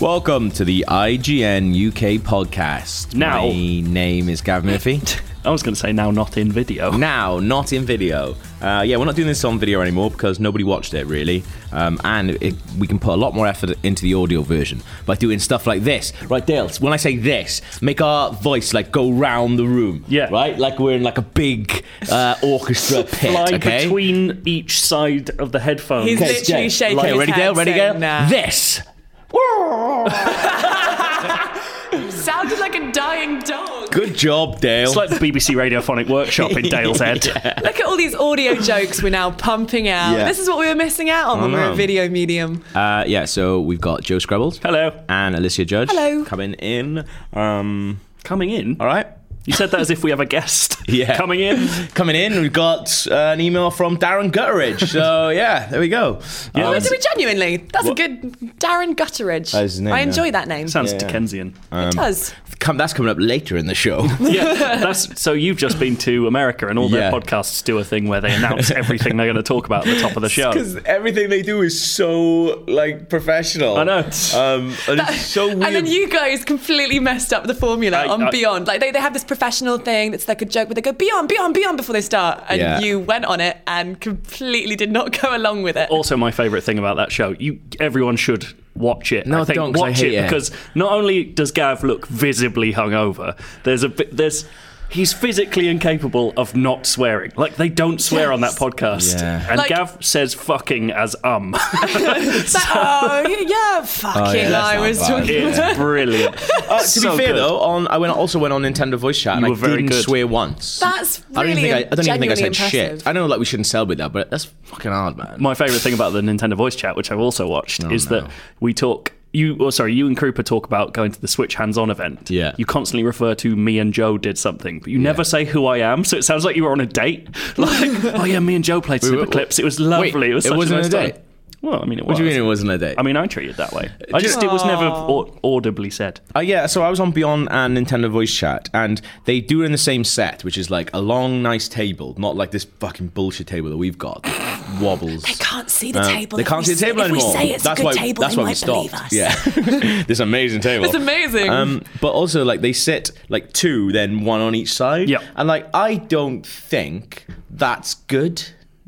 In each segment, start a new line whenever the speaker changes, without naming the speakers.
Welcome to the IGN UK podcast.
Now.
My name is Gav Murphy.
I was going to say now not in video.
now, not in video. Uh, yeah, we're not doing this on video anymore because nobody watched it really. Um, and it, we can put a lot more effort into the audio version by doing stuff like this. Right, Dale, when I say this, make our voice like go round the room.
Yeah.
Right? Like we're in like a big uh, orchestra pit.
Fly
okay?
between each side of the headphones.
He's
Okay,
literally
Jay,
shaking
Okay,
his
ready,
head
Dale? Ready,
saying,
Dale?
nah.
This.
Sounded like a dying dog.
Good job, Dale.
It's like the BBC Radiophonic Workshop in Dale's head.
Look at all these audio jokes we're now pumping out.
Yeah.
This is what we were missing out on when we were
know.
a video medium.
uh, yeah, so we've got Joe Scrabbles.
Hello.
and Alicia Judge.
Hello.
Coming in. Um,
Coming in.
all right.
You said that as if we have a guest.
Yeah.
Coming in.
Coming in, we've got uh, an email from Darren Gutteridge. So, yeah, there we go.
Yeah,
Um,
But do we genuinely? That's a good Darren
That's
Gutteridge.
his name,
I
yeah.
enjoy that name.
Sounds
Yeah.
Dickensian.
it does.
come, that's coming up later in the show.
yeah. That's so you've just been to America and all
Yeah.
their podcasts do a thing where they announce everything they're going to talk about at the top of the show.
Because everything they do is so, like, professional.
I know.
Um, and it's so weird.
And then you guys completely messed up the formula
I-
on
I-
Beyond. Like they, they have this professional thing that's like a joke, but they go Beyond, Beyond, Beyond before they start. And
Yeah.
you went on it and completely did not go along with
Oh,
it.
also my favorite thing about that show you everyone should watch it
No,
I think.
don't, 'cause I
watch
hate
it
it.
because not only does gav look visibly hungover there's a bit there's he's physically incapable of not swearing like they don't swear on that
Yes.
podcast
Yeah.
and
Like-
gav says fucking as um
It's like, oh yeah, fucking
yeah, that's
I
not
was
bad.
talking.
it's brilliant
Uh, to
So
be fair,
good.
though, on I went also went on Nintendo Voice Chat and
You
I
were very
didn't
good.
swear once.
That's
I don't, even
really
think I, I don't even think I said
genuinely
shit.
impressive.
I know, like, we shouldn't celebrate that, but that's fucking hard, man.
my favorite thing about the Nintendo voice chat, which I've also watched, is
Oh, no.
that we talk. You, or sorry, you and Krupa talk about going to the Switch hands-on event.
Yeah.
You constantly refer to me and Joe did something, but you never say who I am. So it sounds like you were on a date. Like, oh yeah, me and Joe played
were-
Super Clips. It was lovely.
Wait,
it was
it
such
wasn't
a, nice
a date?
Time. Well, I mean, it
what
was.
do you mean it wasn't a date?
I mean, I treat it that way. I just it was never au- audibly said.
Uh, yeah, so I was on Beyond and Nintendo Voice Chat, and they do it in the same set, which is like a long, nice table, not like this fucking bullshit table that we've got. that wobbles. They
can't see the table.
They
If
can't
we
see the
say-
table
if we
anymore.
say it's a
that's
good
why.
table,
that's
they
why we
might believe
stopped.
us.
Yeah, this amazing table.
It's amazing.
Um, but also, like they sit like two, then one on each side.
Yep.
And like, I don't think that's good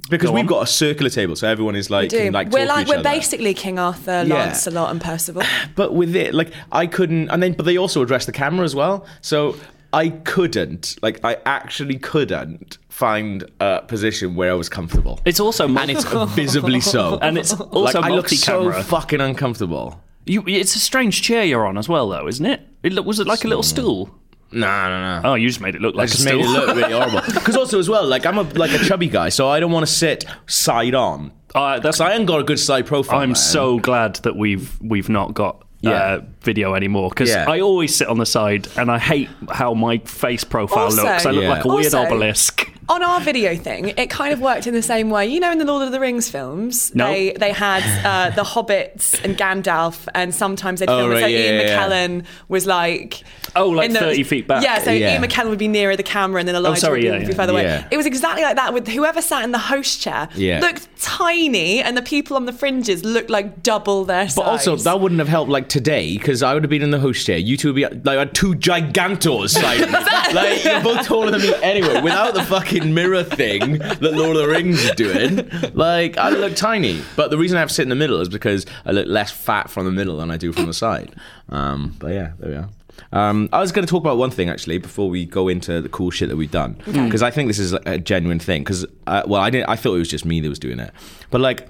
because
Go
we've
on.
got a circular table, so everyone is like,
Do.
can, like
we're
talk to
like
each
we're
other.
basically King Arthur,
Yeah.
Lancelot, and Percival.
But with it, like I couldn't, and then but they also addressed the camera as well. So I couldn't, like I actually couldn't find a position where I was comfortable.
It's also mul-
and it's visibly so.
And it's
like
also
I look so
multi-camera.
fucking uncomfortable.
you, it's a strange chair you're on as well, though, isn't it? it lo- was it like a little stool?
Nah, nah, nah.
Oh, you just made it look
I
like a
just
stool.
made it look really horrible. Because also as well, like I'm a like a chubby guy, so I don't want to sit side on.
Uh, that's
Because I ain't got a good side profile.
I'm
man.
so glad that we've we've not got
Yeah.
uh, video anymore because
Yeah.
I always sit on the side and I hate how my face profile
Also-
looks. I look
Yeah.
like a weird
Also-
obelisk.
on our video thing, it kind of worked in the same way. You know, in the Lord of the Rings films,
No.
they they had uh, the Hobbits and Gandalf, and sometimes they'd
Oh,
film it.
right,
So
yeah,
Ian
yeah, yeah.
McKellen was like,
Oh, like
in the-
30 feet back.
Yeah, so
Yeah. Oh,
Ian McKellen would be nearer the camera, and then Elijah
sorry,
would be,
yeah,
would be
yeah.
further away.
Yeah.
It was exactly like that with whoever sat in the host chair
Yeah.
looked tiny, and the people on the fringes looked like double their size.
But also, that wouldn't have helped like today because I would have been in the host chair. You two would be like I had two gigantors. Like, like you're both taller than me anyway. Without the fucking mirror thing that Lord of the Rings is doing, like I look tiny. But the reason I have to sit in the middle is because I look less fat from the middle than I do from the side. Um, but yeah, there we are. Um, I was going to talk about one thing actually before we go into the cool shit that we've done because I think this is a genuine thing. Because uh, well, I didn't. I thought it was just me that was doing it, but like.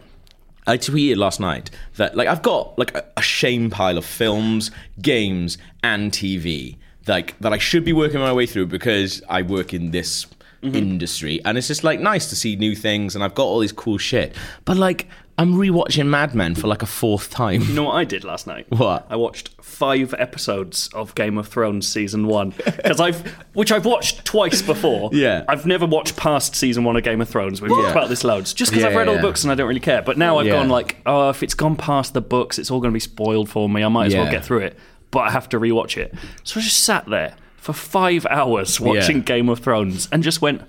I tweeted last night that like I've got like a, a shame pile of films, games, and TV like that I should be working my way through because I work in this
Mm-hmm.
industry, and it's just like nice to see new things, and I've got all this cool shit. But like I'm rewatching Mad Men for like a fourth time.
You know what I did last night?
What?
I watched five episodes of Game of Thrones season one because I've, which I've watched twice before.
Yeah.
I've never watched past season one of Game of Thrones. We've
Yeah.
talked about this loads, just because
Yeah,
I've read all
yeah.
the books and I don't really care. But now I've
Yeah.
gone like, oh, if it's gone past the books, it's all going to be spoiled for me. I might as
Yeah.
well get through it, but I have to rewatch it. So I just sat there for five hours watching Game of Thrones and just went.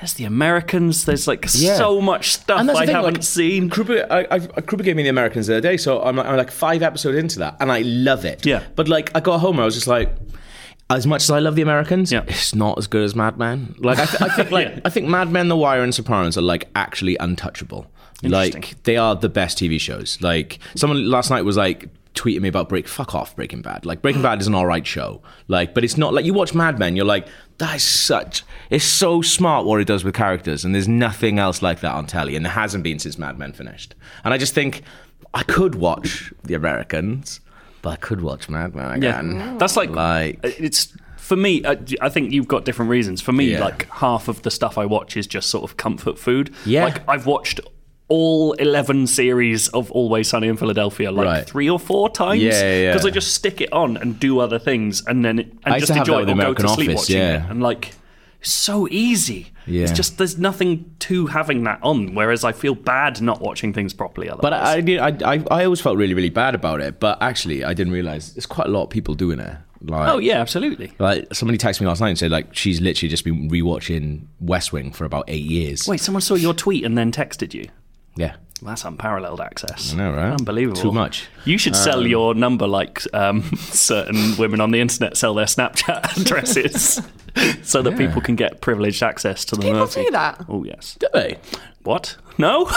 There's the Americans. There's like
Yeah.
so much stuff
And that's the
I
thing,
haven't
like,
seen.
Krupa, I, I, Krupa gave me the Americans the other day, so I'm like, I'm like five episodes into that, and I love it.
Yeah.
But like, I got home, I was just like, as much as I love the Americans,
Yeah.
it's not as good as Mad Men. Like, I, th- I think like
Yeah.
I think Mad Men, The Wire, and Sopranos are like actually untouchable. Like, they are the best TV shows. Like, someone last night was like. Tweeting me about Break, fuck off Breaking Bad. Like Breaking Bad is an all right show, like, but it's not like you watch Mad Men. You're like, that is such, it's so smart what it does with characters, and there's nothing else like that on telly, and there hasn't been since Mad Men finished. And I just think I could watch The Americans, but I could watch Mad Men again.
That's like, uh,
Like-
it's for me. I, I think you've got different reasons. For me,
Yeah.
like half of the stuff I watch is just sort of comfort food.
Yeah.
like I've watched all 11 series of Always Sunny in Philadelphia like
Right.
three or four times
Yeah, yeah, yeah.
I just stick it on and do other things and then and
I used
just
to have that
enjoy
with
it or
American
go to sleep
Office,
watching
yeah.
it and like it's so easy
Yeah.
it's just there's nothing to having that on whereas I feel bad not watching things properly otherwise.
But uh, I, I did. I, I I always felt really really bad about it. But actually, I didn't realize there's quite a lot of people doing it. Like,
oh yeah absolutely
Like somebody texted me last night and said like she's literally just been rewatching West Wing for about eight years.
wait someone saw your tweet and then texted you
Yeah.
That's unparalleled access.
I know, right?
Unbelievable.
Too much.
You should sell your number like um, certain women on the internet sell their Snapchat addresses, so that people can get privileged access to the
people
Murphy.
do that.
Oh yes.
Do they?
What? No.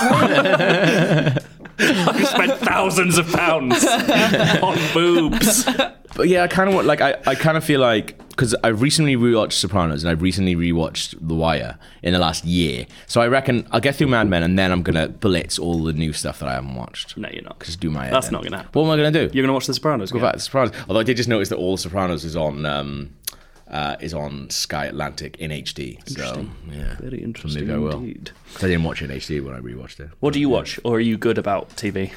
I spent thousands of pounds on boobs.
But yeah, I kind of want like I, I kind of feel like because I've recently rewatched Sopranos and I've recently rewatched The Wire in the last year, so I reckon I'll get through Mad Men and then I'm gonna blitz all the new stuff that I haven't watched.
No, you're not.
Just do my. head
That's
in.
not gonna happen.
What am I gonna do?
You're gonna watch The Sopranos.
Go back to Sopranos. Although I did just notice that all Sopranos is on um, uh, is on Sky Atlantic in HD. So yeah,
Very interesting
Maybe I will.
indeed.
'Cause I didn't watch it in HD when I rewatched it.
What do you watch, or are you good about TV?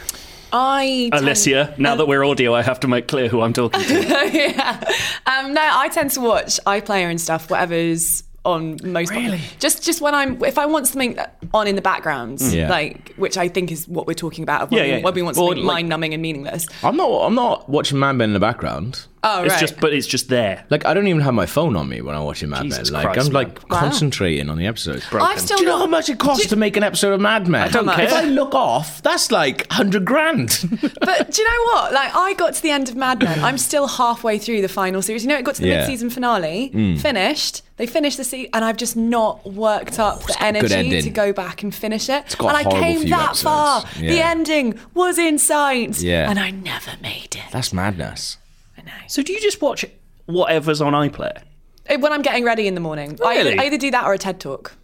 I tend-
Alicia, now that we're audio, I have to make clear who I'm talking to.
yeah. Um, no, I tend to watch iPlayer and stuff, whatever's on most.
Really?
Just just when I'm if I want something on in the background,
Yeah.
like which I think is what we're talking about. When,
Yeah,
we,
yeah, yeah.
when we want
Or,
something
like-
mind numbing and meaningless.
I'm not. I'm not watching Mad Men in the background.
Oh
It's
right.
just, but it's just there.
Like I don't even have my phone on me when I'm watching Mad
Jesus
Men. Like
Christ,
I'm like
Wow.
concentrating on the episode.
I've still
do you know
not-
how much it costs to make an episode of Mad Men? I
don't
If
care.
I look off, that's like hundred grand.
but do you know what? Like, I got to the end of Mad Men. I'm still halfway through the final series. You know, it got to the
Yeah. Mm.
mid-season finale, finished. They finished the season, and I've just not worked up the
got a good
energy
ending.
to go back and finish it.
got
and
a
I
horrible
came
few
that
episodes.
far. The
Yeah.
ending was in sight,
Yeah.
and I never made it.
that's madness.
I know.
So do you just watch whatever's on iPlayer?
Eh, When I'm getting ready in the morning, I, either,
Really?
I either do that or a TED talk.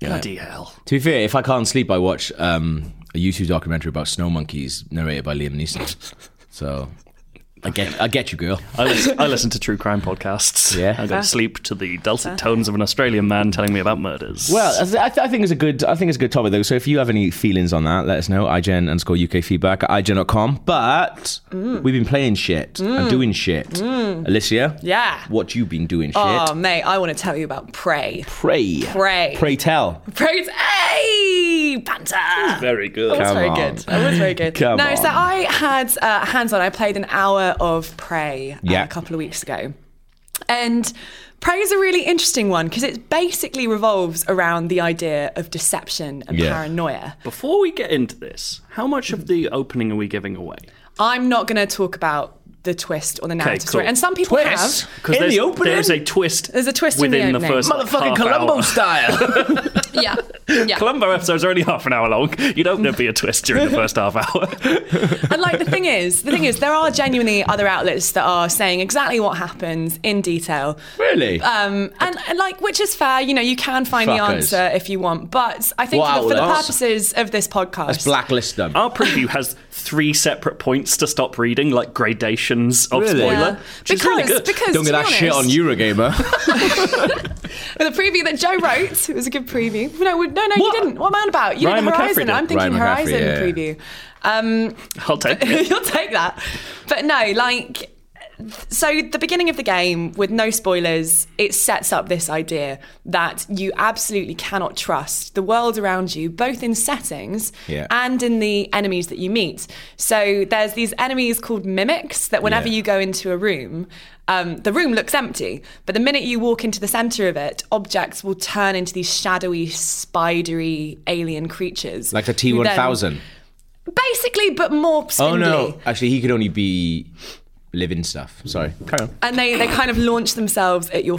Bloody hell.
To be fair, if I can't sleep, I watch um, a YouTube documentary about snow monkeys narrated by Liam Neeson. So I get, I get you, girl.
I listen, I listen to true crime podcasts.
Yeah.
I go to sleep to the dulcet tones of an Australian man telling me about murders.
Well,
uh,
I, th- I, th- I think it's a good, I think it's a good topic though. So if you have any feelings on that, let us know. IGN underscore UK feedback at IGN.com. But
Mm.
we've been playing shit and doing shit. Alicia,
Yeah.
what you been doing?
Oh,
shit.
mate, I want to tell you about Prey.
Pray,
Pray.
pray tell.
Prey's hey
Hmm.
banter.
very good.
That was
Come
very
on.
good. That was very good.
Come
no, so
on.
I had uh, hands on. I played an hour of Prey uh,
Yeah.
a couple of weeks ago, and Prey is a really interesting one because it basically revolves around the idea of deception and
Yeah.
paranoia.
Before we get into this, how much of the opening are we giving away?
I'm not going to talk about the twist or the narrative
cool.
story, and some people
Twist?
have.
Because
In
there's,
the opening?
there's a twist.
There's a twist in the
within
opening.
first like,
Motherfucking
half
Columbo
hour.
style.
Yeah, yeah.
Columbo episode's are only half an hour long. You don't there be a twist during the first half hour.
and like the thing is, the thing is, there are genuinely other outlets that are saying exactly what happens in detail.
really?
Um, and, and like, which is fair, you know, you can find the
Fuckers.
answer if you want. But I think
Wow,
for, the, for the
that's-
purposes of this podcast,
Let's blacklist them.
Our preview has three separate points to stop reading, like gradations of
Really?
spoiler.
yeah.
Which
because
is really good.
because
Don't
to
get that
be
shit on
honest,
Eurogamer.
The preview that Joe wrote it was a good preview. No, we- no, no,
What?
you didn't. What man about? You
Ryan
did
McCaffrey
Horizon.
did.
I'm thinking
Ryan McCaffrey,
Horizon
yeah.
preview. Um,
I'll take it.
You'll take that. But no, like, so the beginning of the game, with no spoilers, it sets up this idea that you absolutely cannot trust the world around you, both in settings
Yeah.
and in the enemies that you meet. So there's these enemies called mimics that whenever
Yeah.
you go into a room, um, the room looks empty, but the minute you walk into the center of it, objects will turn into these shadowy, spidery alien creatures.
like the
who then-
T1000.
Basically, but more
Oh
spindly.
no. Actually, he could only be living stuff. Sorry. Carry on.
and they, they kind of launch themselves at your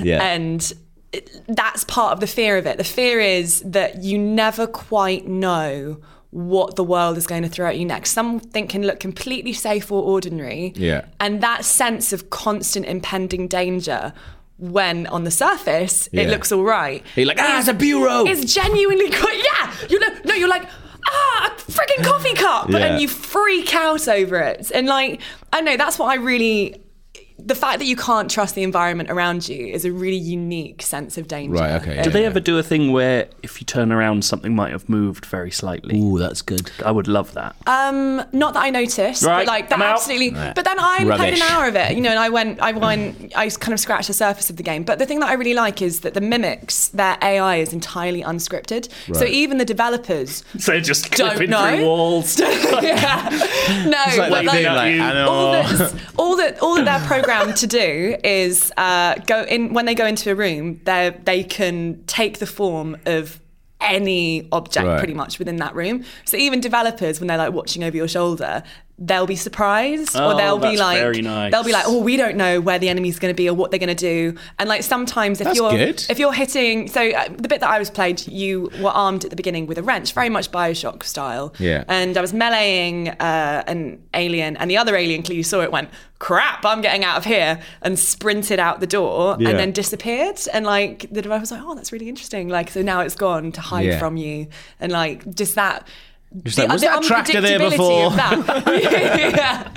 Yeah.
and it- that's part of the fear of it the fear is that you never quite know what the world is going to throw at you next something can look completely safe or ordinary
Yeah.
and that sense of constant impending danger when on the surface it
Yeah.
looks all right
You're like, ah, it's a bureau.
is genuinely quite yeah you know no you're like ah a freaking coffee cup
Yeah.
and you freak out over it and like i know that's what i really the fact that you can't trust the environment around you is a really unique sense of danger
Right, okay,
And
yeah.
Do they ever do a thing where if you turn around, something might have moved very slightly?
Ooh, that's good.
I would love that.
Mm, not that i noticed
Right,
but like that
I'm out.
absolutely but then i only played
Rubbish.
an hour of it you know and i went i went i kind of scratched the surface of the game but the thing that i really like is that the mimics their ai is entirely unscripted so
Right.
even the developers
so they're just
don't
clipping
know.
through walls.
yeah no
Like that
but like-
thing, like,
you-
I know.
all that all that all that they're programmed to do is uh, go in when they go into a room they they can take the form of any object
Right.
pretty much within that room so even developers when they're like watching over your shoulder they'll be surprised or
Oh,
they'll be
that's
like
very nice.
they'll be like oh we don't know where the enemy's going to be or what they're going to do and like sometimes if
That's
you're
good.
if you're hitting so uh, the bit that i was played you were armed at the beginning with a wrench very much bioshock style
Yeah.
and I was meleeing uh, an alien, and the other alien clearly saw it, went, crap, I'm getting out of here, and sprinted out the door
Yeah.
and then disappeared. And like, the developer was like, oh, that's really interesting. Like, so now it's gone to hide
Yeah.
from you. And like, just that. Just
like, "Was that tractor there before?"
that.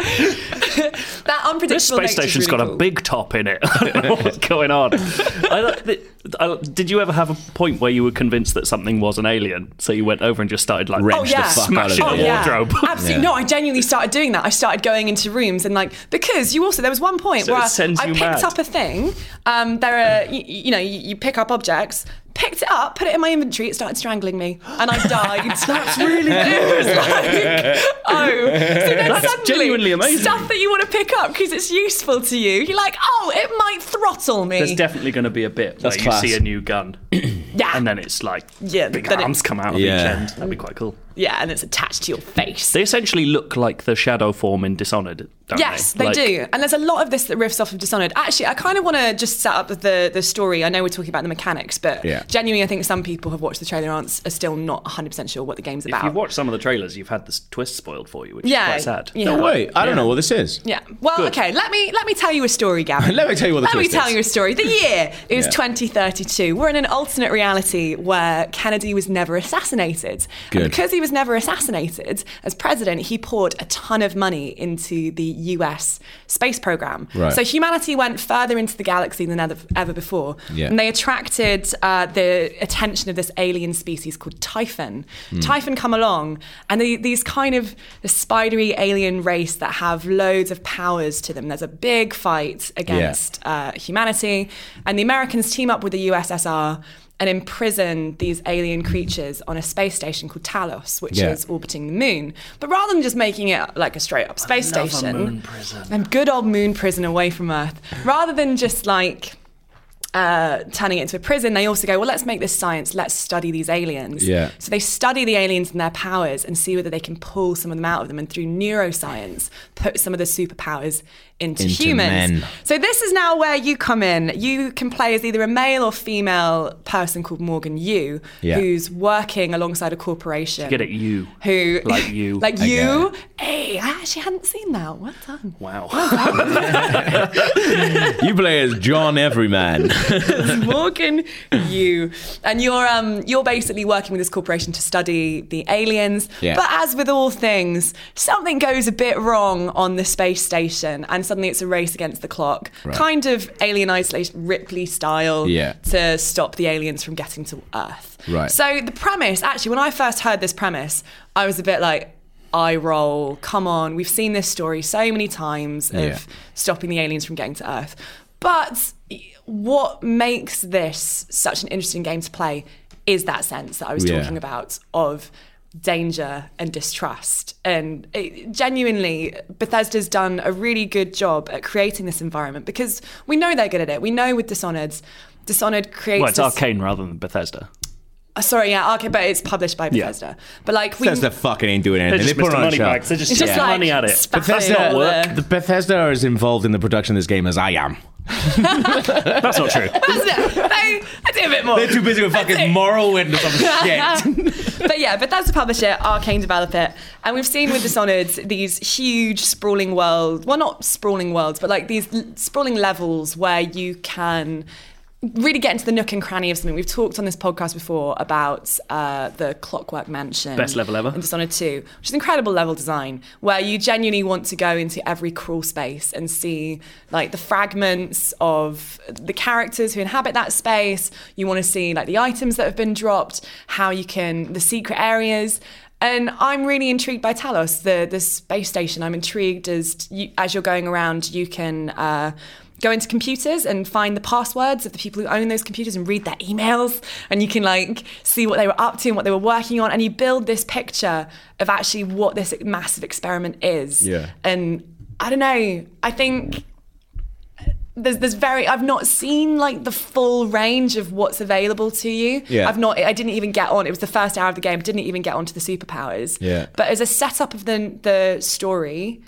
Yeah. that unpredictable.
This space
nature's
station's
really
got
cool.
a big top in it. I don't know what's going on? I, don't- th- I, did you ever have a point where you were convinced that something was an alien? So you went over and just started like
Wrench
Oh, yeah.
the fuck out of
Smashing
it.
Oh,
the
yeah.
wardrobe.
Absolutely.
Yeah.
No, I genuinely started doing that. I started going into rooms and like because you also there was one point
So
where
it sends
I
you
picked
mad.
up a thing. Um, there are you, you know you, you pick up objects. Picked it up, put it in my inventory. It started strangling me, and I died. That's really good. like, oh, so then
That's
suddenly
genuinely amazing.
stuff that you want to pick up because it's useful to you. You're like, oh, it might throttle me.
There's definitely going to be a bit
That's
where
class.
you see a new gun,
yeah,
and then it's like
Yeah,
big
then it-
arms come out of
Yeah.
each end. That'd be quite cool.
yeah, and it's attached to your face.
They essentially look like the shadow form in Dishonored. Don't
Yes,
they,
they
Like,
do. And there's a lot of this that riffs off of Dishonored. Actually, I kind of want to just set up the, the story. I know we're talking about the mechanics, but
Yeah.
genuinely, I think some people have watched the trailer and aren't- are still not 100% sure what the game's
If
about.
you've watched some of the trailers, you've had this twist spoiled for you, which
Yeah,
is quite sad.
yeah.
No way. I don't know what this is.
yeah. Well, okay. Let me let me tell you a story, Gavin.
Let me tell you what the
Let me
twist
tell
is.
you a story. The year is
Yeah.
2032. We're in an alternate reality where Kennedy was never assassinated. And
Good.
because he was was never assassinated as president, he poured a ton of money into the US space program.
Right.
So humanity went further into the galaxy than ever, ever before.
Yeah.
And they attracted uh, the attention of this alien species called Typhon.
Hmm.
Typhon come along, and they, these kind of spidery alien race that have loads of powers to them. There's a big fight against uh, humanity, and the Americans team up with the USSR and imprison these alien creatures on a space station called Talos, which
Yeah.
is orbiting the moon. But rather than just making it like a straight up space
Another
station,
moon prison.
and good old moon prison away from Earth, rather than just like uh, turning it into a prison, they also go, well, let's make this science. Let's study these aliens.
Yeah.
So they study the aliens and their powers and see whether they can pull some of them out of them, and through neuroscience, put some of the superpowers into,
Into
humans.
men.
So this is now where you come in. You can play as either a male or female person called Morgan Yu,
Yeah.
who's working alongside a corporation.
Get it, you.
Who
Like you.
like
I get
you? Hey, I actually hadn't seen that. Well done.
Wow.
you play as John Everyman.
Morgan, you and you're um you're basically working with this corporation to study the aliens.
Yeah.
But as with all things, something goes a bit wrong on the space station, and suddenly it's a race against the clock,
Right.
kind of alien isolation Ripley style,
Yeah.
to stop the aliens from getting to Earth.
Right.
So the premise, actually, when I first heard this premise, I was a bit like. Eye roll, come on, we've seen this story so many times of
Yeah.
stopping the aliens from getting to Earth. But what makes this such an interesting game to play is that sense that I was
Yeah.
talking about of danger and distrust. And it, genuinely, Bethesda's done a really good job at creating this environment because we know they're good at it. We know with Dishonored, Dishonored creates.
well, it's
this-
Arcane rather than Bethesda.
uh, sorry, yeah, okay, but it's published by Bethesda. But like, we.
Bethesda fucking ain't doing
They're
anything.
just
They put
Mr.
on a show.
Moneybags. They're just,
It's just
chucking
like
money at it.
spaffing
Bethesda,
out
work.
there.
The Bethesda are as involved in the production of this game as I am.
That's not true.
Bethesda, they, I do a bit more.
They're too busy with fucking Morrowind or some shit.
but yeah, but that's the publisher, Arcane develop it, and we've seen with Dishonored these huge sprawling worlds. Well, not sprawling worlds, but like these l- sprawling levels where you can really get into the nook and cranny of something. We've talked on this podcast before about uh, the Clockwork Mansion,
Best level ever.
in Dishonored Two, which is incredible level design, where you genuinely want to go into every crawl space and see like the fragments of the characters who inhabit that space. You want to see like the items that have been dropped, how you can the secret areas. And I'm really intrigued by Talos, the the space station. I'm intrigued as t- you, as you're going around, you can. Uh, Go into computers and find the passwords of the people who own those computers and read their emails. And you can like see what they were up to and what they were working on. And you build this picture of actually what this massive experiment is.
Yeah.
And I don't know. I think there's there's very I've not seen like the full range of what's available to you.
Yeah.
I've not I didn't even get on. It was the first hour of the game. Didn't even get onto the superpowers.
Yeah.
But as a setup of the the story,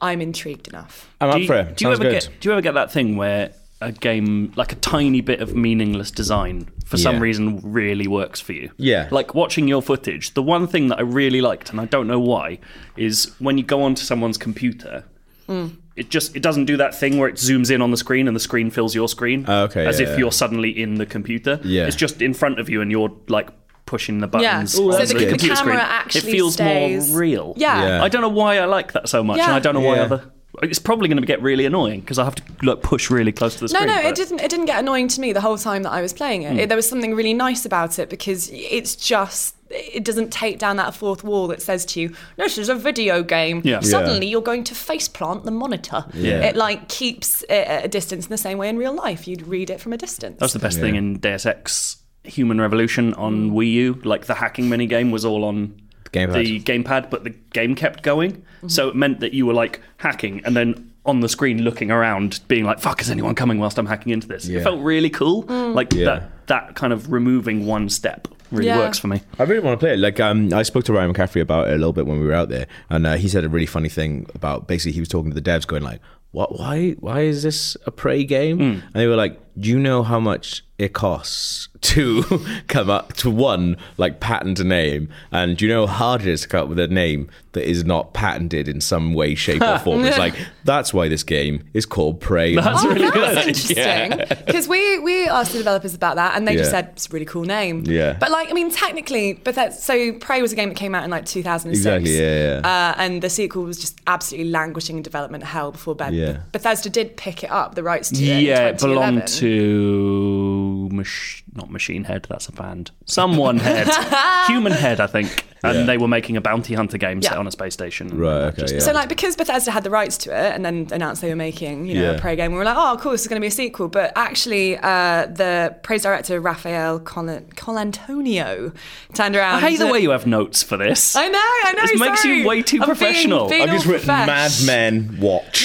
I'm intrigued enough.
I'm
do
up
you,
for it.
do you
Sounds
ever
good.
get do you ever get that thing where a game like a tiny bit of meaningless design for some
Yeah.
reason really works for you?
Yeah.
Like watching your footage, the one thing that I really liked and I don't know why is when you go onto someone's computer
Hmm.
It just it doesn't do that thing where it zooms in on the screen and the screen fills your screen.
Oh, okay,
As
yeah,
if
yeah.
you're suddenly in the computer.
Yeah.
It's just in front of you and you're like pushing the
Yeah.
buttons.
Ooh,
on
that's
the,
good.
computer
The camera
screen.
actually
it feels
stays-
more real.
Yeah.
Yeah.
I don't know why I like that so much, and
Yeah.
I don't know why
Yeah.
other. It's probably going to get really annoying because I have to like push really close to the
No,
screen.
no,
but-
it didn't. It didn't get annoying to me the whole time that I was playing it. It- There was something really nice about it because it's just it doesn't take down that fourth wall that says to you, "This is a video game."
Yeah. Yeah.
Suddenly, you're going to face plant the monitor.
Yeah.
It like keeps it at a distance in the same way in real life. You'd read it from a distance.
That's the best thing in Deus Ex Human Revolution on Wii U. Like the hacking minigame was all on
Gamepad.
the gamepad, but the game kept going,
Mm-hmm.
so it meant that you were like hacking and then on the screen looking around, being like, "Fuck, is anyone coming whilst I'm hacking into this?"
Yeah.
It felt really cool.
Mm.
Like
Yeah.
that that kind of removing one step really
Yeah.
works for me.
I really want to play it. Like, um, I spoke to Ryan McCaffrey about it a little bit when we were out there, and uh, he said a really funny thing
Hmm.
about basically he was talking to the devs, going like, "What? Why? Why is this a prey game?" And they were like, Do you know how much it costs to come up to one like patent a name? And do you know how hard it is to come up with a name that is not patented in some way, shape, or form? It's like that's why this game is called Prey.
That's really good.
Oh, That's interesting. Because we, we asked the developers about that and they just
Yeah.
said it's a really cool name.
Yeah.
But like, I mean, technically, but that so Prey was a game that came out in like 2006.
Exactly, yeah,
Uh, and the sequel was just absolutely languishing in development hell before Beth-
Yeah.
Bethesda did pick it up, the rights to it. in
Yeah, it
2011.
belonged to mach- not Machine Head. That's a band. Someone Head, Human Head, I think. And they were making a bounty hunter game set
Yeah.
on a space station.
Right,
That
okay,
just-
yeah.
So like because Bethesda had the rights to it and then announced they were making you know
Yeah.
a Prey game, we were like, oh, cool, this is going to be a sequel. But actually, uh, the Prey's director Raphael Col- Colantonio turned around.
I hate Oh, the
and-
way you have notes for this.
I know, I know.
This makes
sorry.
you way too
I'm being-
professional.
being
I've
all
I've just written Mad
profesh.
Men Watch.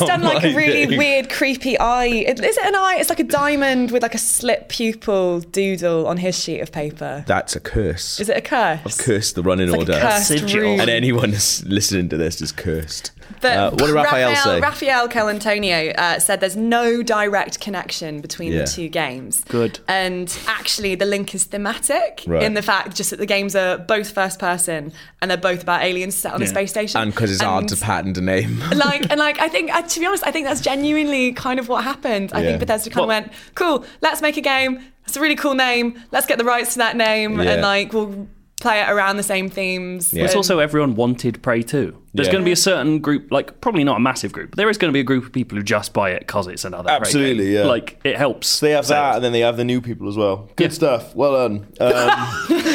done like a
Oh my
really
days.
weird, creepy eye. Is it an eye? It's like a diamond with like a slit pupil doodle on his sheet of paper.
That's a curse.
Is it a curse?
I've cursed the running
It's like
order.
a cursed
Sigil.
room.
And anyone that's listening to this is cursed.
But
Uh, what did Raphael, say?
Raphael Calantonio uh, said there's no direct connection between
Yeah.
the two games.
Good.
And actually, the link is thematic
Right.
in the fact just that the games are both first person and they're both about aliens set on a
Yeah.
space station.
and because it's hard
And-
to patent a name.
like and like I think uh, to be honest, I think that's genuinely kind of what happened. I
Yeah.
think Bethesda kind
Well-
of went, "Cool, let's make a game. It's a really cool name. Let's get the rights to that name,
Yeah.
and like we'll play it around the same themes."
Yeah.
It's
And-
also everyone wanted Prey 2. There's
Yeah.
going to be a certain group, like probably not a massive group, but there is going to be a group of people who just buy it because it's another. Prey game.
Absolutely, yeah.
Like it helps.
they have that, and then they have the new people as well. Good stuff. Well done. Um,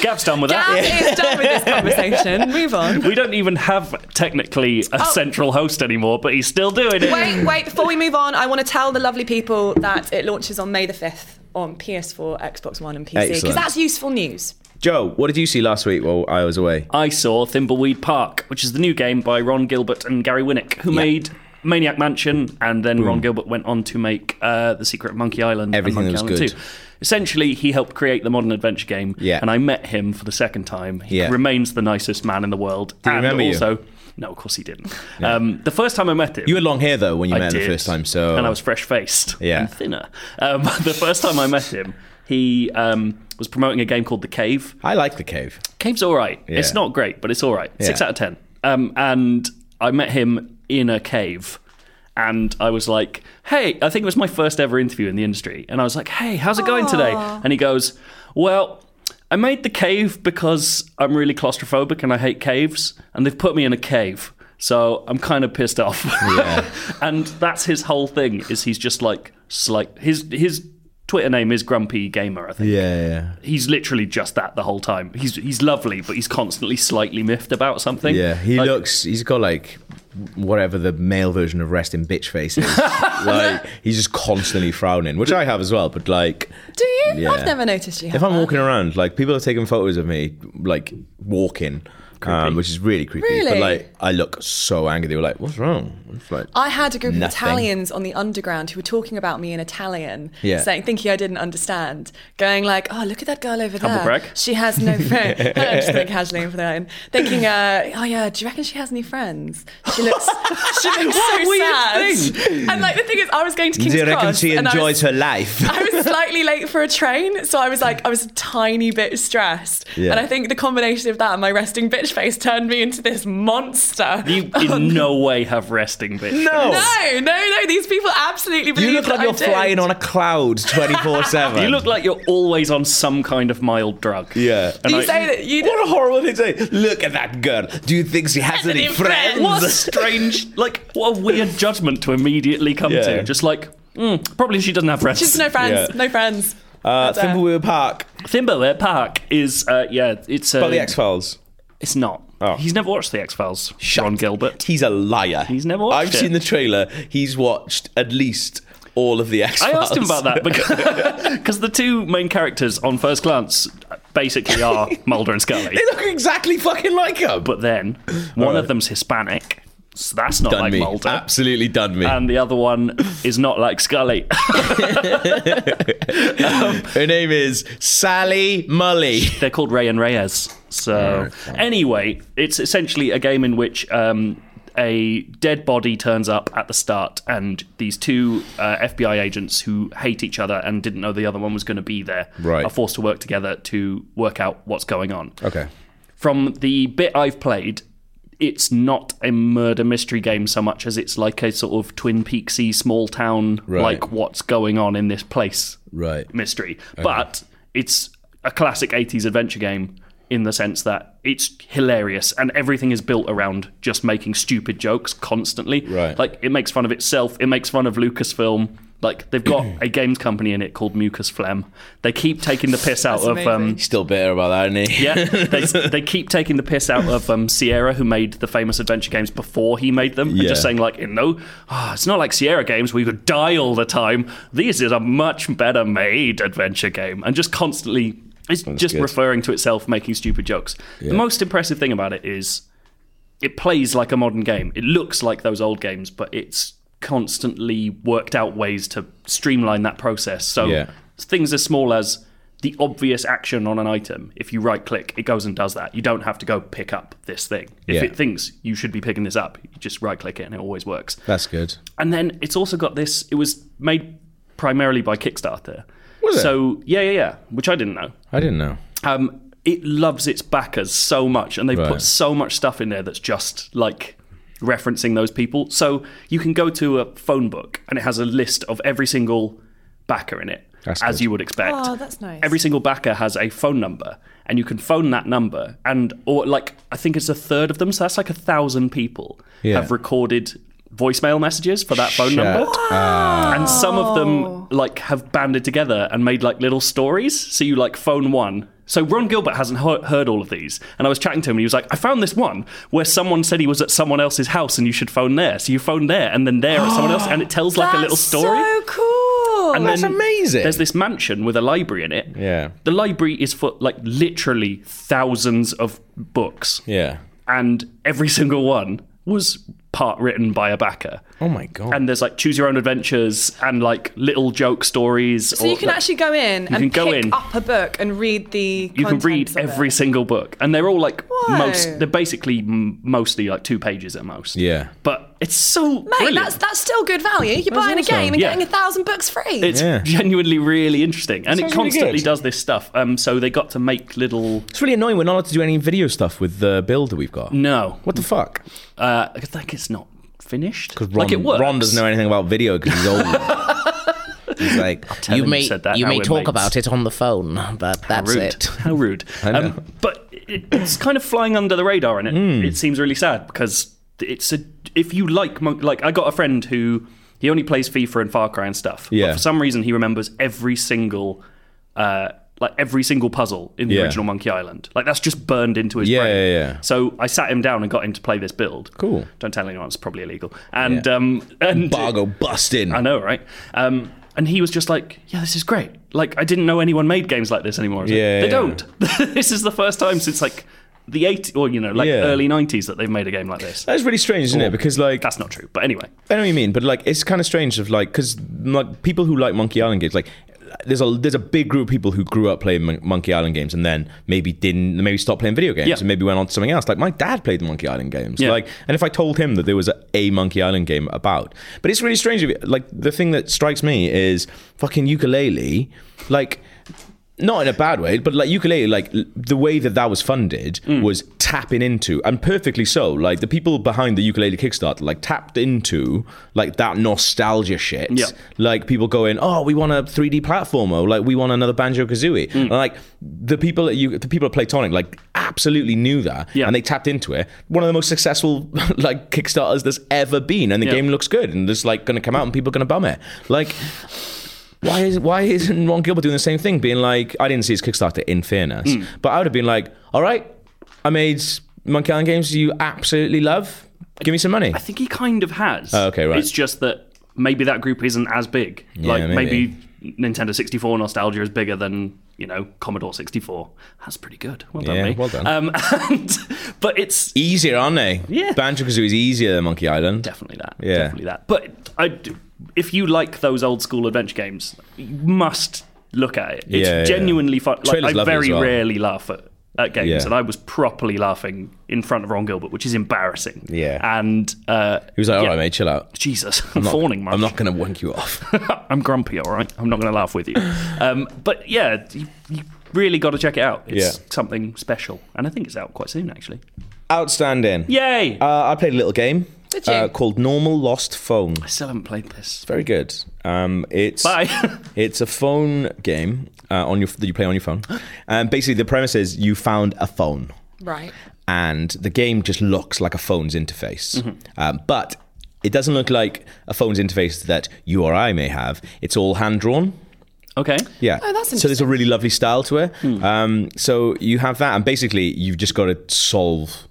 Gav's done with that.
That is done with this conversation. Move on.
We don't even have technically a central host anymore, but he's still doing it.
Oh. Wait, wait. Before we move on, I want to tell the lovely people that it launches on May the fifth on PS4, Xbox One, and PC because
Excellent.
that's useful news.
Joe, what did you see last week while I was away?
I saw Thimbleweed Park, which is the new game by Ron Gilbert and Gary Winnick, who made Maniac Mansion, and then Ron Gilbert went on to make uh, The Secret of Monkey Island.
Everything
and
that
Monkey
was
Island
good.
2. Essentially, he helped create the modern adventure game,
Yeah.
and I met him for the second time. He
Yeah.
remains the nicest man in the world.
he
and
remember you?
also, no, of course he didn't. Um, the first time I met him,
You had long hair though when you
I
met him the
did.
first time, so
and I was fresh faced
Yeah.
and thinner. Um, the first time I met him, he um, was promoting a game called The Cave.
I like the cave.
Cave's all right.
Yeah.
It's not great, but it's all right. Six
Yeah.
out of ten. Um, and I met him in a cave, and I was like, "Hey," I think it was my first ever interview in the industry, and I was like, "Hey, how's it going today?" And he goes, "Well." I made the cave because I'm really claustrophobic and I hate caves, and they've put me in a cave, so I'm kind of pissed off. and that's his whole thing is he's just like slight his his Twitter name is Grumpy Gamer, I think
Yeah, yeah.
he's literally just that the whole time. He's he's lovely, but he's constantly slightly miffed about something.
Yeah, he
Like,
looks. He's got like whatever the male version of resting bitch face is. like he's just constantly frowning, which I have as well. But like,
Do you?
Yeah.
I've never noticed you.
if
have
I'm
that.
walking around, like people have taken photos of me like walking, um, which is really creepy. But
Really?
like, I look so angry. They were like, "What's wrong?" It's like,
I had a group of
Nothing.
Italians on the underground who were talking about me in Italian,
Yeah.
saying, thinking I didn't understand, going like, "Oh, look at that girl over
Humble
there.
brag.
She has no friends." I'm just like casually in Italian, thinking, uh, "Oh yeah, do you reckon she has any friends? She looks, she looks
What a
so
weird
sad." And like the thing is, I was going to King's
do you reckon
Cross,
she
and I
enjoys her
was-
life?
I was slightly late for a train, so I was like, I was a tiny bit stressed.
Yeah.
And I think the combination of that and my resting bitch face turned me into this monster.
you in no way have resting bitch.
No.
No, no, no. These people absolutely believe
You look
that
like you're
I did.
flying on a cloud 24 7.
You look like you're always on some kind of mild drug.
Yeah.
You
I-
say that you.
What a horrible thing to say. Look at that girl. Do you think she has any
Any
friends?
friends?
What a strange, like, what a weird judgment to immediately come
Yeah.
to. Just like, mm, probably she doesn't have friends.
She's no friends.
Yeah.
No friends.
Uh,
That's, uh,
Thimbleweed Park.
Thimbleweed Park is, uh, yeah, it's uh,
But the Oh. X Files.
It's not. He's never watched the X Files. Ron Gilbert.
He's a liar.
He's never watched
I've
it.
seen the trailer. He's watched at least all of the X
I
Files.
asked him about that because 'cause the two main characters on first glance basically are Mulder and Scully.
They look exactly fucking like him.
But then one
Alright.
of them's Hispanic, so that's not
done
like
me.
Mulder.
Absolutely done me.
And the other one is not like Scully. um,
her name is Sally Mully.
They're called Ray and Reyes. So anyway, it's essentially a game in which um, a dead body turns up at the start, and these two uh, FBI agents who hate each other and didn't know the other one was going to be there
Right.
are forced to work together to work out what's going on.
Okay.
From the bit I've played, it's not a murder mystery game so much as it's like a sort of Twin Peaksy small town,
Right.
like what's going on in this place
Right.
mystery. But it's a classic 80s adventure game in the sense that it's hilarious and everything is built around just making stupid jokes constantly.
Right.
Like it makes fun of itself, it makes fun of Lucasfilm. Like they've got a games company in it called Mucus Phlegm. They keep taking the piss out of um,
amazing.
He's still bitter about that, isn't he?
yeah, they, they keep taking the piss out of um, Sierra, who made the famous adventure games before he made them, and
Yeah.
just saying like, you know, "Ah, it's not like Sierra games where you could die all the time. This is a much better made adventure game, and just constantly, it's just
good.
referring to itself, making stupid jokes. The most impressive thing about it is it plays like a modern game. It looks like those old games, but it's constantly worked out ways to streamline that process. So
Yeah.
things as small as the obvious action on an item. If you right click, it goes and does that. You don't have to go pick up this thing. If
Yeah.
it thinks you should be picking this up, you just right click it and it always works.
That's good.
And then it's also got this. It was made primarily by Kickstarter.
Was it?
So yeah, yeah, yeah. Which I didn't know.
I didn't know.
Um, it loves its backers so much, and they've
Right.
put so much stuff in there that's just like referencing those people. So you can go to a phone book, and it has a list of every single backer in it,
That's
as
good.
you would expect.
Oh, that's nice.
Every single backer has a phone number, and you can phone that number, and or like I think it's a third of them, so that's like a thousand people
Yeah.
have recorded voicemail messages for that phone
Shut
number and some of them like have banded together and made like little stories so you like phone one so ron gilbert hasn't he- heard all of these and i was chatting to him and he was like i found this one where someone said he was at someone else's house and you should phone there so you phone there and then there at someone else and it tells like a little story
So cool.
and
That's
then
amazing.
there's this mansion with a library in it
Yeah.
the library is for like literally thousands of books
Yeah.
and every single one was part written by a backer
Oh my god.
and there's like choose your own adventures and like little joke stories.
so you can
like,
actually go in and
can go
pick
in.
up a book and read the.
you can
contents
read
of
every
it.
single book, and they're all like
Whoa.
most. They're basically m- mostly like two pages at most.
Yeah.
but it's so
Mate,
brilliant.
that's that's still good value. You're buying
awesome.
a game and
Yeah.
getting a thousand books free.
it's
Yeah.
genuinely really interesting, and it
sounds really
constantly
good.
does this stuff. Um, so they got to make little
It's really annoying. We're not allowed to do any video stuff with the build that we've got.
no.
What the fuck?
Uh, I think it's not finished.
Because
like it works.
Ron doesn't know anything about video because he's old. he's like,
Tell him said that, now we're mates."
it on the phone, but that's
rude. How rude.
know. Hmm.
Um, but it, it's kind of flying under the radar, and it, it seems really sad because it's a. If you like, Mon- like I got a friend who he only plays FIFA and Far Cry and stuff.
Yeah.
But for some reason, he remembers every single. Uh, like every single puzzle in the
Yeah.
original Monkey Island, like that's just burned into his
Yeah,
brain.
yeah, yeah.
So I sat him down and got him to play this build.
Cool.
Don't tell anyone; it's probably illegal. And
Yeah.
um, and
Bargo busting.
I know, right? Um, and he was just like, "Yeah, this is great. Like, I didn't know anyone made games like this anymore." I was like,
Yeah,
they
yeah.
don't. this is the first time since like the 80s or you know, like
Yeah.
early nineties that they've made a game like this.
That's really strange, isn't it? Because like,
That's not true, but anyway,
I know what you mean, but like, it's kind of strange of like, because like people who like Monkey Island games, like. There's a there's a big group of people who grew up playing Mon- Monkey Island games and then maybe didn't maybe stopped playing video games
Yeah.
and maybe went on to something else. Like my dad played the Monkey Island games.
Yeah.
Like and if I told him that there was a, a Monkey Island game about, but it's really strange. Like the thing that strikes me is fucking ukulele. Like not in a bad way, but like ukulele, like l- the way that that was funded
Mm.
was tapping into, and perfectly so. Like the people behind the ukulele Kickstarter, like tapped into like that nostalgia shit.
Yeah.
Like people going, oh, we want a 3D platformer. Like we want another Banjo Kazooie.
Mm.
And Like the people at you, the people at Playtonic, like absolutely knew that,
Yeah.
and they tapped into it. One of the most successful like Kickstarters there's ever been, and the
Yeah.
game looks good, and it's like going to come out, and people are going to bum it. Like why is why isn't Ron Gilbert doing the same thing? Being like, I didn't see his Kickstarter in fairness,
Hmm.
but I would have been like, all right, I made Monkey Island games you absolutely love. Give me some money.
I think he kind of has.
Oh, okay, right.
It's just that maybe that group isn't as big. like
maybe.
maybe. Nintendo 64 nostalgia is bigger than you know Commodore 64. That's pretty good. Well done,
Yeah,
me.
well done.
Um, and, but it's
Easier, aren't they?
Yeah.
Banjo Kazooie is easier than Monkey Island.
definitely that.
Yeah.
Definitely that. But I, d- if you like those old school adventure games, you must look at it. It's
Yeah, yeah, yeah.
genuinely fun. Like,
Trailer's
I
lovely
very
as well.
rarely laugh at at games,
Yeah.
and I was properly laughing in front of Ron Gilbert, which is embarrassing.
Yeah.
and uh,
He was like, all
yeah.
right, mate, chill out.
Jesus, I'm,
not-
fawning, man.
I'm not going to wank you off.
I'm grumpy, all right? I'm not going to laugh with you. Um, but yeah, you, you really got to check it out. It's
Yeah.
something special. And I think it's out quite soon, actually.
Outstanding.
Yay!
Uh, I played a little game
Did you?
Uh, called Normal Lost Phone.
I still haven't played this.
Very good. Um, it's
Bye.
it's a phone game uh, on your that you play on your phone. And basically, the premise is you found a phone,
Right.
and the game just looks like a phone's interface, um, but it doesn't look like a phone's interface that you or I may have. It's all hand drawn.
Okay.
Yeah.
Oh, that's
So there's a really lovely style to it. Um, so you have that, and basically you've just got to solve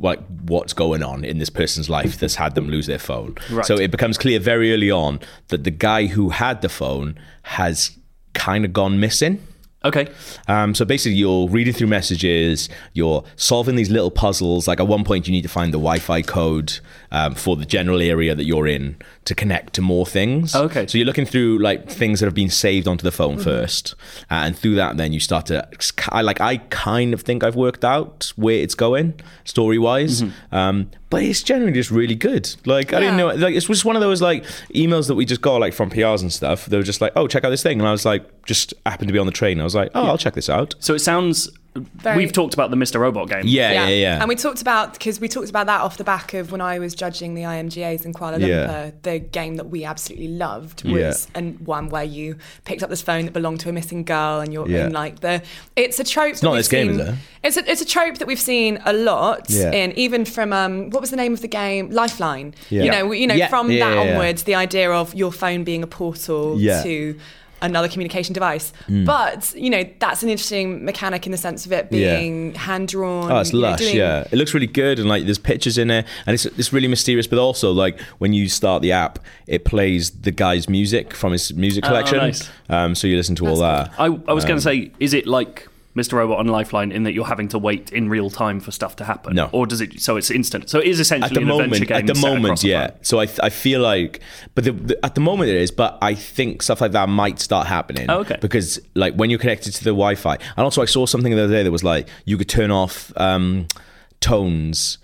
like what's going on in this person's life that's had them lose their phone.
Right.
So it becomes clear very early on that the guy who had the phone has kind of gone missing.
Okay.
Um, so basically, you're reading through messages, you're solving these little puzzles. Like at one point, you need to find the Wi-Fi code um, for the general area that you're in to connect to more things.
Okay.
So you're looking through like things that have been saved onto the
Mm-hmm.
phone first, uh, and through that, then you start to I like I kind of think I've worked out where it's going story wise. Um, but it's generally just really good. Like I didn't know.
Mm-hmm. Yeah.
Like it's just one of those like emails that we just got like from PRs and stuff. They were just like, "Oh, check out this thing," and I was like, just happened to be on the train. I was like, "Oh, I'll check this out."
So it sounds. We've talked about the Mr. Robot game.
Yeah, yeah, yeah.
And we talked about because we talked about that off the back of when I was judging the IMGAs in Kuala Lumpur.
Yeah.
The game that we absolutely loved
Yeah.
was and one where you picked up this phone that belonged to a missing girl, and you're
Yeah.
in like the. It's a trope. It's
not this game, is it?
It's a, it's a trope that we've seen a lot
Yeah.
in even from um what was the name of the game Lifeline.
Yeah.
You know, you know
Yeah.
from
Yeah,
that
yeah, yeah.
onwards, the idea of your phone being a portal
Yeah. Mm.
to another communication device but you know that's an interesting mechanic in the sense of it
Yeah.
being hand drawn
Oh, it's
you know,
lush,
doing-
yeah. It looks really good, and like there's pictures in it, and it's it's really mysterious. But also, like when you start the app, it plays the guy's music from his
Ah,
music collection.
nice.
um, so you listen to all that.
I, I was
Um,
going to say, is it like Mr. Robot on Lifeline in that you're having to wait in real time for stuff to happen?
No.
Or does it. So it's instant. So it is essentially
At the
an adventure
moment,
game.
at the
set across
moment,
the
yeah.
phone.
So I, I feel like, but the, the, at the moment it is. But I think stuff like that might start happening.
Oh, okay.
Because like when you're connected to the Wi-Fi, and also I saw something the other day that was like you could turn off um, tones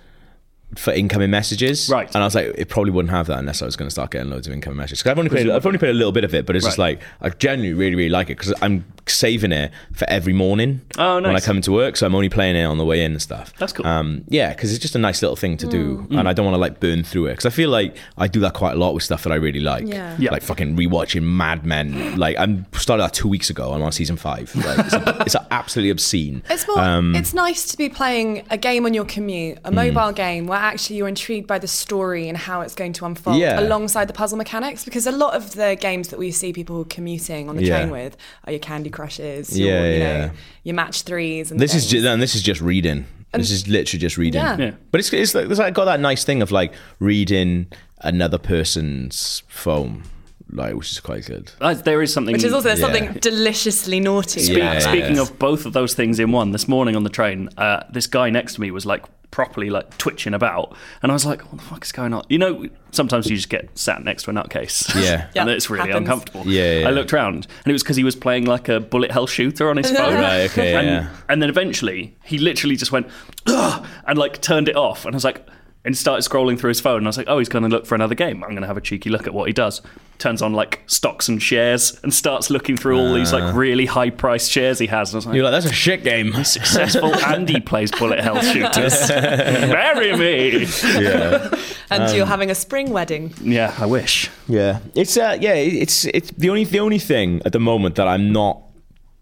for incoming messages.
Right.
And I was like, it probably wouldn't have that unless I was going to start getting loads of incoming messages. 'Cause I've only played, I've only played a little bit of it, but it's just
Right.
like I genuinely really really like it because I'm saving it for every morning
Oh,
when I
nice.
come into work. So I'm only playing it on the way in and stuff.
That's cool. Mm.
Um, yeah, because it's just a nice little thing to do, and I don't want to like burn through it because I feel like I do that quite a lot with stuff that I really like.
Yeah.
Yeah.
Like fucking rewatching Mad Men. Like I started that two weeks ago. I'm on season five. Like, it's, it's absolutely obscene.
It's more.
Um,
it's nice to be playing a game on your commute,
hmm.
a mobile game where actually you're intrigued by the story and how it's going to unfold
Yeah.
alongside the puzzle mechanics. Because a lot of the games that we see people commuting on the
Yeah.
train with are your Candy Crushes,
Yeah,
your, you
yeah.
know, your Match Threes, and
This is
things.
just, and this is just reading. This is literally just reading.
um, Yeah.
Yeah.
But it's it's like, it's like got that nice thing of like reading another person's phone, like which is quite good.
Uh, There is something.
which is also there's
Yeah.
something deliciously naughty.
Yeah.
Speak-
about that.
speaking
yeah.
of both of those things in one, this morning on the train, uh, this guy next to me was like properly like twitching about, and I was like, "What the fuck is going on?" You know, sometimes you just get sat next to a nutcase,
Yeah.
and
Yeah,
it's really
happens.
uncomfortable.
Yeah, yeah.
I looked round, and it was because he was playing like a bullet hell shooter on his phone.
Right, okay,
and,
yeah.
and then eventually, he literally just went Ugh! and like turned it off, and I was like. And started scrolling through his phone, and I was like, "Oh, he's going to look for another game. I'm going to have a cheeky look at what he does." Turns on like stocks and shares, and starts looking through all these like really high priced shares he has. And I was like,
You're like that's a shit game.
successful Andy plays bullet hell shooters. Marry me.
Yeah.
and
um,
you're having a spring wedding.
Yeah, I wish.
Yeah, it's uh, yeah, it- it's it's the only the only thing at the moment that I'm not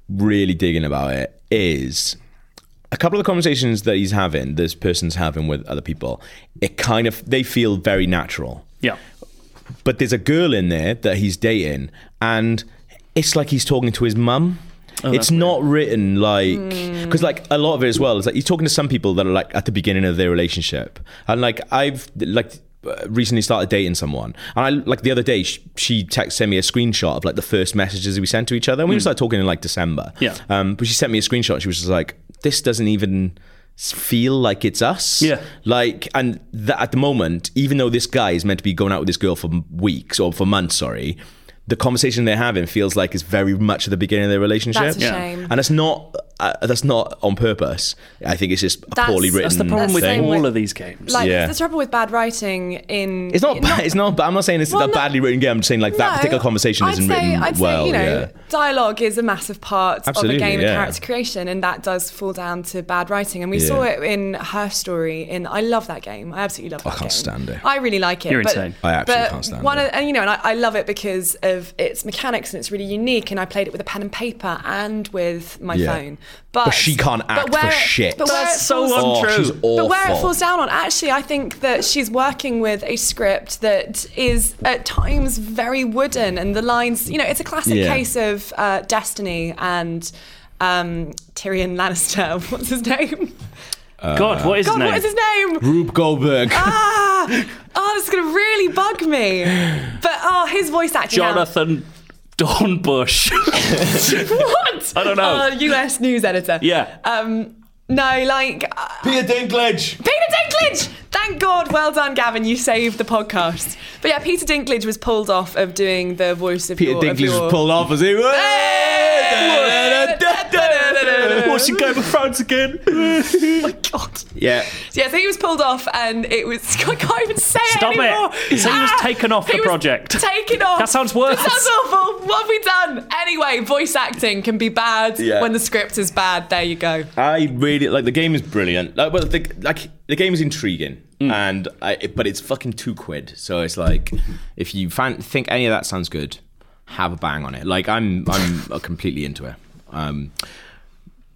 really digging about it is a couple of the conversations that he's having, this person's having with other people. It kind of they feel very natural,
Yeah.
but there's a girl in there that he's dating, and it's like he's talking to his mum. it's not written like because like a lot of it as well is like you're talking to some people that are like at the beginning of their relationship, and like I've like uh, recently started dating someone, and I like the other day she, she text sent me a screenshot of like the first messages we sent to each other, and we started talking in like December.
Yeah.
um, but she sent me a screenshot. She was just like, "This doesn't even." s- Feel like it's us,
Yeah.
like, and that at the moment, even though this guy is meant to be going out with this girl for m- weeks or for months, sorry, the conversation they're having feels like it's very much at the beginning of their relationship.
That's a
Yeah.
shame.
And it's not uh, that's not on purpose. I think it's just a
That's-
poorly written.
that's
That's the problem
That's
with
the same
thing.
all
with-
of these games.
Like
Yeah.
the trouble with bad writing in
It's not. Bad, it's not. Bad. I'm not saying it's
Well,
a
no.
badly written game. I'm just saying like that
No,
particular conversation
I'd
isn't
say,
written
I'd
well.
say, you know,
yeah.
dialogue is a massive part
Absolutely,
of a game
yeah.
and character creation, and that does fall down to bad writing. And we
Yeah.
saw it in Her Story. In I love that game. I absolutely love. That
can't
game.
stand it.
I really like it.
You're
but-
insane.
I absolutely
but
can't stand
one
it.
Of, and you know, and I, I love it because of its mechanics and it's really unique. And I played it with a pen and paper and with my
Yeah.
phone. But,
she can't
but
act for
where it-
shit.
But where
That's
it
so
falls-
Oh,
Untrue.
she's
But
awful.
but where it falls down on, actually, I think that she's working with a script that is at times very wooden, and the lines, you know, it's a classic
Yeah.
case of uh, Destiny and um, Tyrion Lannister. What's his name?
God, what is his
God,
name?
what is his name?
Rube Goldberg.
ah, oh, this is gonna really bug me. But oh, his voice acting. now-
Jonathan Dornbush.
What?
I don't know.
Oh, U.S. news editor.
yeah.
Um, no, like uh,
Peter Dinklage.
Peter Dinklage! Thank God. Well done, Gavin. You saved the podcast. But yeah, Peter Dinklage was pulled off of doing the voice of
Peter
your, of
Dinklage
your...
was pulled off as he
Ah. Hey!
was. she going with France again?
God.
Yeah.
Yeah, so he was pulled off, and it was I can't even say
Stop
it anymore. Ah,
it. So he was taken off
he
the
was
project.
Taken off.
That sounds worse.
Oh. That sounds awful. What have we done? Anyway, voice acting can be bad
Yeah.
when the script is bad. There you go.
I really like the game is brilliant. Like, well, the, like the game is intriguing, and I, it- but it's fucking two quid. So it's like, if you fan, think any of that sounds good, have a bang on it. Like I'm, I'm uh, completely into it. Um,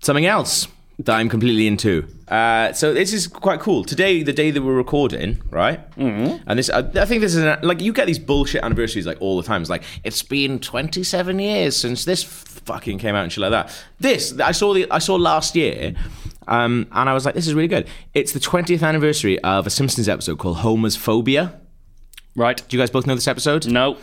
something else that I'm completely into. Uh, so this is quite cool. Today, the day that we're recording, right? Mm-hmm. And this, I, I think this is an, like you get these bullshit anniversaries like all the time. It's like it's been 27 years since this f- fucking came out and shit like that. This I saw the I saw last year. Um, and I was like, this is really good. It's the 20th anniversary of a Simpsons episode called Homer's Phobia.
right.
Do you guys both know this episode?
No.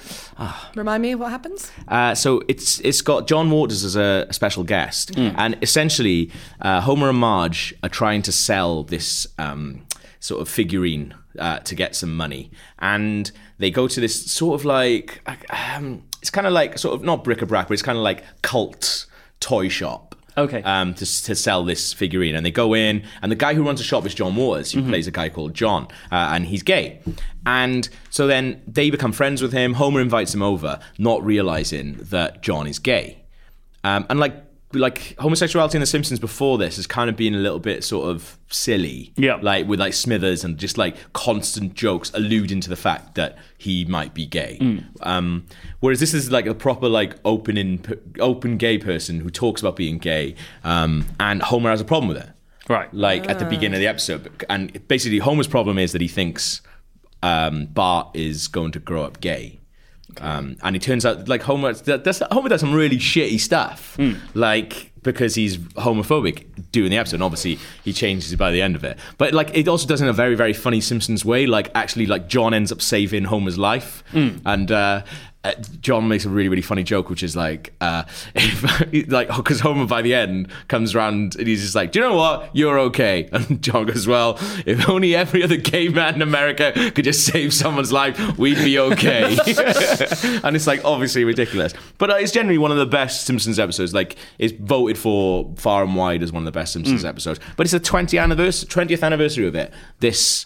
Remind me of what happens.
Uh, so it's it's got John Waters as a special guest, and essentially uh, Homer and Marge are trying to sell this um, sort of figurine uh, to get some money, and they go to this sort of like um, it's kind of like sort of not bric-a-brac, but it's kind of like cult toy shop.
Okay.
Um, to, s- to sell this figurine, and they go in, and the guy who runs the shop is John Waters, who plays a guy called John, uh, and he's gay, and so then they become friends with him. Homer invites him over, not realizing that John is gay, um, and like like homosexuality in The Simpsons before this has kind of been a little bit sort of silly,
Yeah.
like with like Smithers and just like constant jokes alluding to the fact that he might be gay. Um, whereas this is like a proper like open in open gay person who talks about being gay, um, and Homer has a problem with it.
Right.
Like at the beginning of the episode, and basically Homer's problem is that he thinks um, Bart is going to grow up gay. Um, and it turns out, like Homer, that- that's, Homer does some really shitty stuff, like because he's homophobic during the episode. And obviously, he changes it by the end of it. But like, it also does it in a very, very funny Simpsons way. Like, actually, like John ends up saving Homer's life, and uh, uh, John makes a really, really funny joke, which is like, uh, if, like because Homer by the end comes around and he's just like, "Do you know what? You're okay." And John goes, "Well, if only every other gay man in America could just save someone's life, we'd be okay." and it's like obviously ridiculous, but uh, it's generally one of the best Simpsons episodes. Like, it's voted for far and wide as one of the best Simpsons episodes. But it's the 20th anniversary, 20th anniversary of it this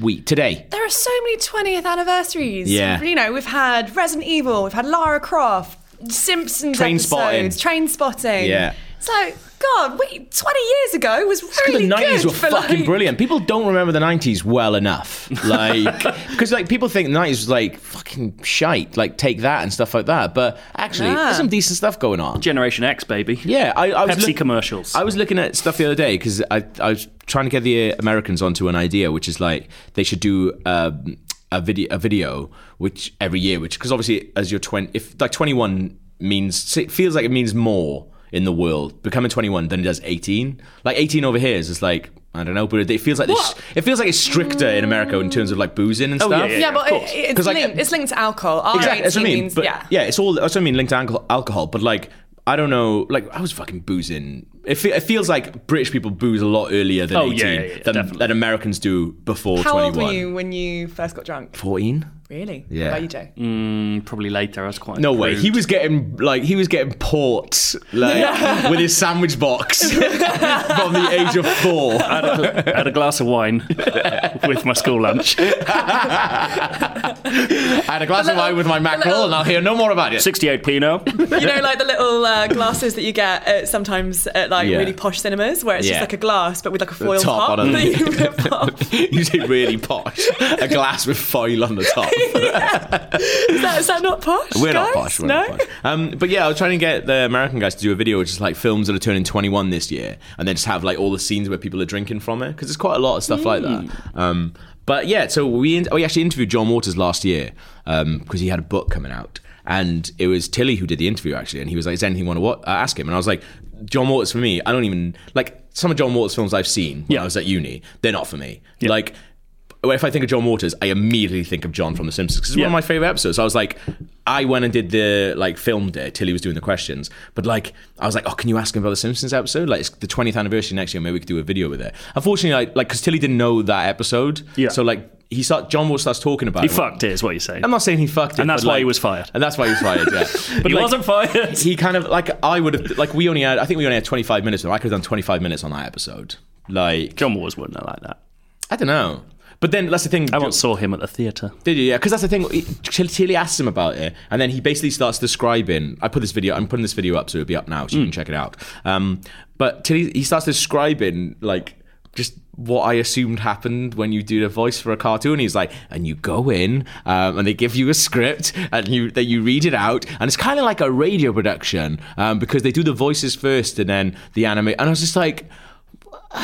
week today.
There are so many 20th anniversaries.
Yeah.
You know, we've had Resident Evil, we've had Lara Croft, Simpsons
Train
episodes,
spotting.
Train Spotting.
Yeah.
So, God, we, 20 years ago was really
the 90s
good
were
for
fucking
like,
brilliant. People don't remember the 90s well enough. Like because like people think the 90s was like fucking shite, like take that and stuff like that. But actually,
Nah.
there's some decent stuff going on.
Generation X, baby.
Yeah, I, I was
Pepsi
look-
commercials.
I was looking at stuff the other day because I, I was trying to get the uh, Americans onto an idea, which is like they should do um, a video, a video, which every year, which because obviously as you're twenty, if like twenty one means it feels like it means more in the world becoming twenty one than it does eighteen. Like eighteen over here is just like. I don't know, but it feels like this,
What?
it feels like it's stricter in America in terms of like boozing and
Oh, yeah,
stuff.
yeah,
Yeah,
of
but it,
course.
it's,
'Cause, like,
linked, it's linked to alcohol. R18
Exactly, that's what I mean.
means,
but
yeah.
yeah. it's all that's what I mean linked to alco- alcohol. But like, I don't know, like I was fucking boozing It, fe- it feels like British people booze a lot earlier than
Oh,
18
yeah, yeah, yeah,
than,
definitely.
than Americans do before
How
21.
old were you when you first got drunk?
14?
Really?
Yeah. Mm.
How about you, Joe?
Probably later. I was quite.
No way.
crude.
He was getting like he was getting port like, with his sandwich box from the age of four.
I had, a, gl- I had a glass of wine with my school lunch.
I had a glass of wine with my mackerel, and I'll hear no more about it.
68 Pino.
You know, like the little uh, glasses that you get at, sometimes at like
Yeah.
really posh cinemas, where it's
Yeah.
just like a glass but with like a foil
top
top,
on it.
that you rip off.
you say really posh. A glass with foil on the top.
Is that, is that not posh?
We're not
guys?
posh. We're
no.
not posh. Um, but yeah, I was trying to get the American guys to do a video, which is like films that are turning 21 this year, and then just have like all the scenes where people are drinking from it, because there's quite a lot of stuff like that. Um, but yeah, so we in- we actually interviewed John Waters last year because he had a book coming out, and it was Tilly who did the interview actually, and he was like, "Is there anything you want to wa- uh, ask him?" And I was like, "John Waters for me, I don't even like some of John Waters films I've seen when I was at uni. They're not for me. Like." if I think of John Waters, I immediately think of John from The Simpsons 'cause it's one of
Yeah.
my favorite episodes. I was like, I went and did the like film day till he was doing the questions, but like I was like, oh, can you ask him about the Simpsons episode? Like it's the 20th anniversary next year, maybe we could do a video with it. Unfortunately, like like because Tilly didn't know that episode,
Yeah.
So like he start John Waters starts talking about
He
it.
fucked it, is what you're saying.
I'm not saying he fucked it,
And that's
but,
why
like-
he was fired.
And that's why he was fired. Yeah,
but he
like,
wasn't fired.
he kind of like I would have like we only had I think we only had 25 minutes. Or I could have done 25 minutes on that episode. Like
John Waters wouldn't have liked that.
I don't know. But then that's the thing.
I once saw him at the theatre.
Did you? Yeah, because that's the thing. he- Till- Tilly asks him about it, and then he basically starts describing. I put this video. I'm putting this video up, so it'll be up now, so you can check it out. Um, but Tilly, he starts describing like just what I assumed happened when you do the voice for a cartoon. He's like, and you go in, um, and they give you a script, and you that you read it out, and it's kind of like a radio production um, because they do the voices first, and then the anime. And I was just like.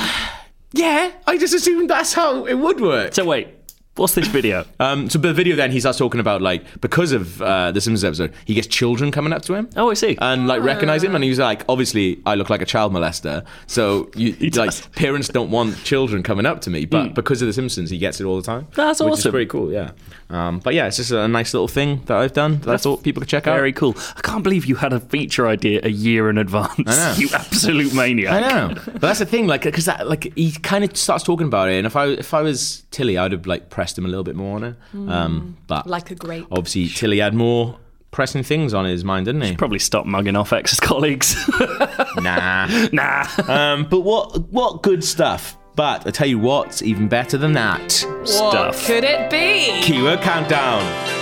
Yeah, I just assumed that's how it would work.
So wait, what's this video?
Um, so, but the video then he starts talking about like because of uh, the Simpsons episode, he gets children coming up to him.
Oh, I see.
And like recognize him, and he's like, obviously, I look like a child molester. So you, like
does. Hmm.
parents don't want children coming up to me, but because of the Simpsons, he gets it all the time.
That's
which Is
awesome.
pretty cool, yeah. Um, but yeah, it's just a nice little thing that I've done. That I thought people could check
Very
out.
cool. I can't believe you had a feature idea a year in advance.
I know.
You absolute maniac.
I know, but that's the thing, like, because like he kind of starts talking about it, and if I if I was Tilly, I'd have like pressed him a little bit more on it. Um, but
Mm. Like a grape.
obviously Tilly had more pressing things on his mind, didn't he?
Probably stop mugging off ex colleagues.
nah.
nah.
um, but what what good stuff. But I tell you what's even better than that.
What
Stuff.
could it be?
Keyword countdown.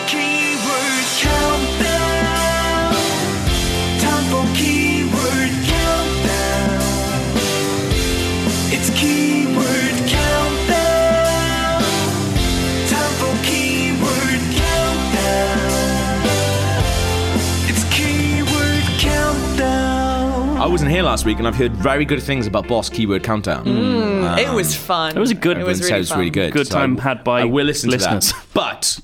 Keyword countdown. Time for keyword countdown. It's keyword countdown. Time for keyword countdown. It's keyword countdown.
I wasn't here last week, and I've heard very good things about Boss Keyword Countdown.
it was fun.
Um, It was a good-
Mm. It
Everyone
was really
says it's
fun.
really good.
Good
so I
time
w-
had by
I will listen
listeners.
to that. But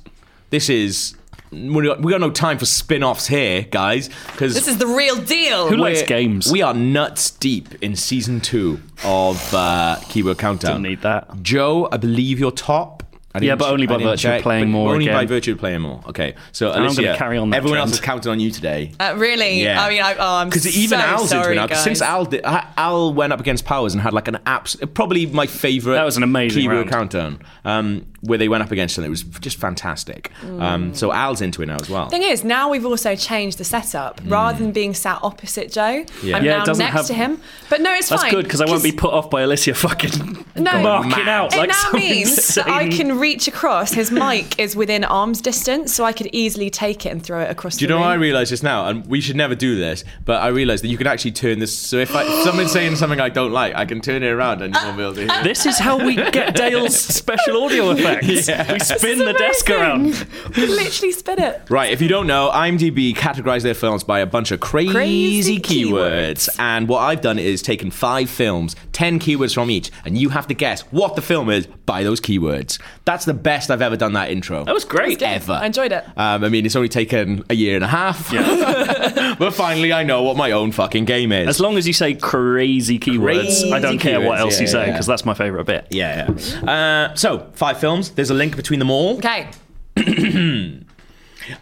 this is we got, we got no time for spin-offs here, guys. Because
This is the real deal.
Who likes games?
Eh, We are nuts deep in season two of uh, Keyword Countdown.
Don't need that.
Joe, I believe you're top. I
Yeah,
didn't-
but only by
I didn't
virtue of playing
but
more
Only by
again.
virtue of playing more. Okay, so
I'm
Alicia,
gonna carry on that
Everyone else
trend.
is counting on you today.
Uh, really?
Yeah.
I mean, I, oh, I'm
Because even
so
Al's
sorry,
into it now. 'cause
guys.
Since Al, did, Ha- Al went up against Powers and had like an abs, probably my favorite.
That was an amazing
keyword
round.
countdown um, where they went up against and it was just fantastic.
Mm.
Um, so Al's into it now as well.
Thing is, now we've also changed the
Hmm.
setup. Rather than being sat opposite Joe, I'm
Yeah, it
now next
doesn't have-
to him. But no, it's
That's
fine.
good because I won't be put off by Alicia fucking
No.
marking out.
It
like
now
some
means that I
insane-
can reach across. His mic is within arm's distance, so I could easily take it and throw it across.
Do you
the
know what I
room.
realised just now? And we should never do this, but I realised that you can actually turn this. So if, I, if someone's saying something I don't like, I can turn it around and you won't be able to hear.
This is how we get Dale's special audio effects. We spin the desk around.
I literally spit it.
Right, if you don't know, IMDb categorize their films by a bunch of crazy,
Crazy
keywords. And what I've done is taken five films, 10 keywords from each, and you have to guess what the film is by those keywords. That's the best I've ever done that intro.
That was great.
Ever.
I enjoyed it.
Um, I mean, it's only taken a year and a half. but finally, I know what my own fucking game is.
As long as you say crazy keywords,
Crazy
I don't care
keywords,
what else
yeah,
you say
yeah.
because that's my favorite bit.
yeah. yeah. Uh, so, five films. There's a link between them all.
Okay.
And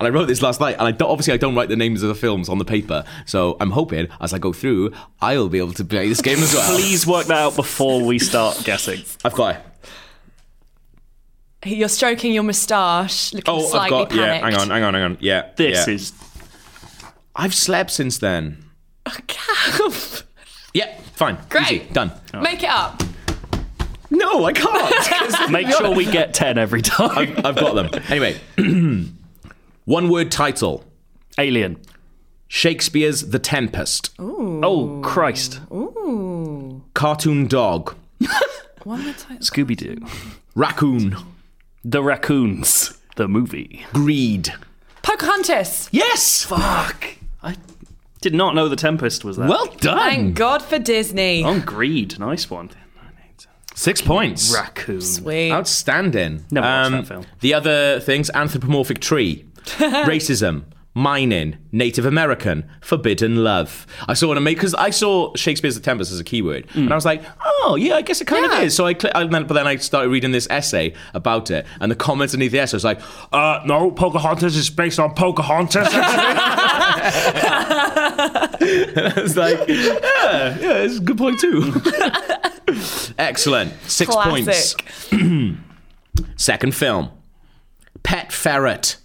I wrote this last night, and I don't, obviously I don't write the names of the films on the paper, so I'm hoping as I go through, I'll be able to play this game as well.
Please work that out before we start guessing.
I've got it.
You're stroking your moustache, looking
Oh, I've
slightly
got
panicked.
yeah. Hang on, hang on, hang on. Yeah,
This
yeah.
is
I've slept since then.
Gav,
Yeah, fine.
Oh, Great.
Easy, done.
Make it up.
No, I can't.
make sure we get ten every time.
I've got them. Anyway, one word title:
Alien.
Shakespeare's *The Tempest*.
Oh Christ.
Cartoon dog.
Scooby Doo.
Raccoon.
The Raccoons. The movie.
Greed.
Pocahontas.
Yes.
Fuck. I did not know the Tempest was that.
Well done.
Thank God for Disney.
on greed. Nice one.
Six points.
Raccoon.
Sweet.
Outstanding. Um,
Never watched that film.
The other things anthropomorphic tree, racism, mining, Native American, forbidden love. I saw an because I saw Shakespeare's The Tempest as a keyword,
Mm.
and I was like, oh, yeah, I guess it kind
Yeah.
of is. So I, cl- I meant, but then I started reading this essay about it, and the comments underneath the essay was like, uh, no, Pocahontas is based on Pocahontas. It's like, yeah, yeah, it's a good point too.
Oh
Excellent. Six points.
Classic.
Second film. Pet ferret.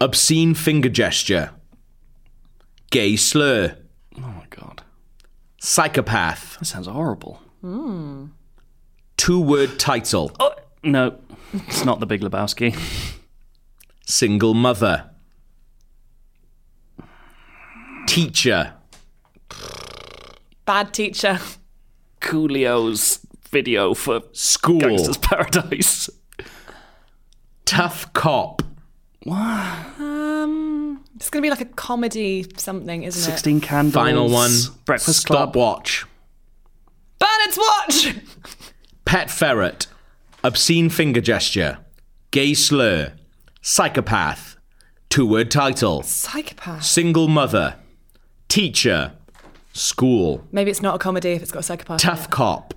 Obscene finger gesture. Gay slur.
Oh my god.
Psychopath.
That sounds horrible.
Two word title.
Oh. No, it's not the Big Lebowski.
Single mother. Teacher.
Bad teacher.
Coolio's video for
School.
Gangster's Paradise.
Tough cop.
It's going to be like a comedy something, isn't it?
16 Candles.
Final one.
Breakfast Club.
Stopwatch.
Bernard's watch.
Pet ferret. Obscene finger gesture. Gay slur. Psychopath. Two word title.
Psychopath.
Single mother. Teacher. School.
Maybe it's not a comedy if it's got a psychopath. in
Tough cop.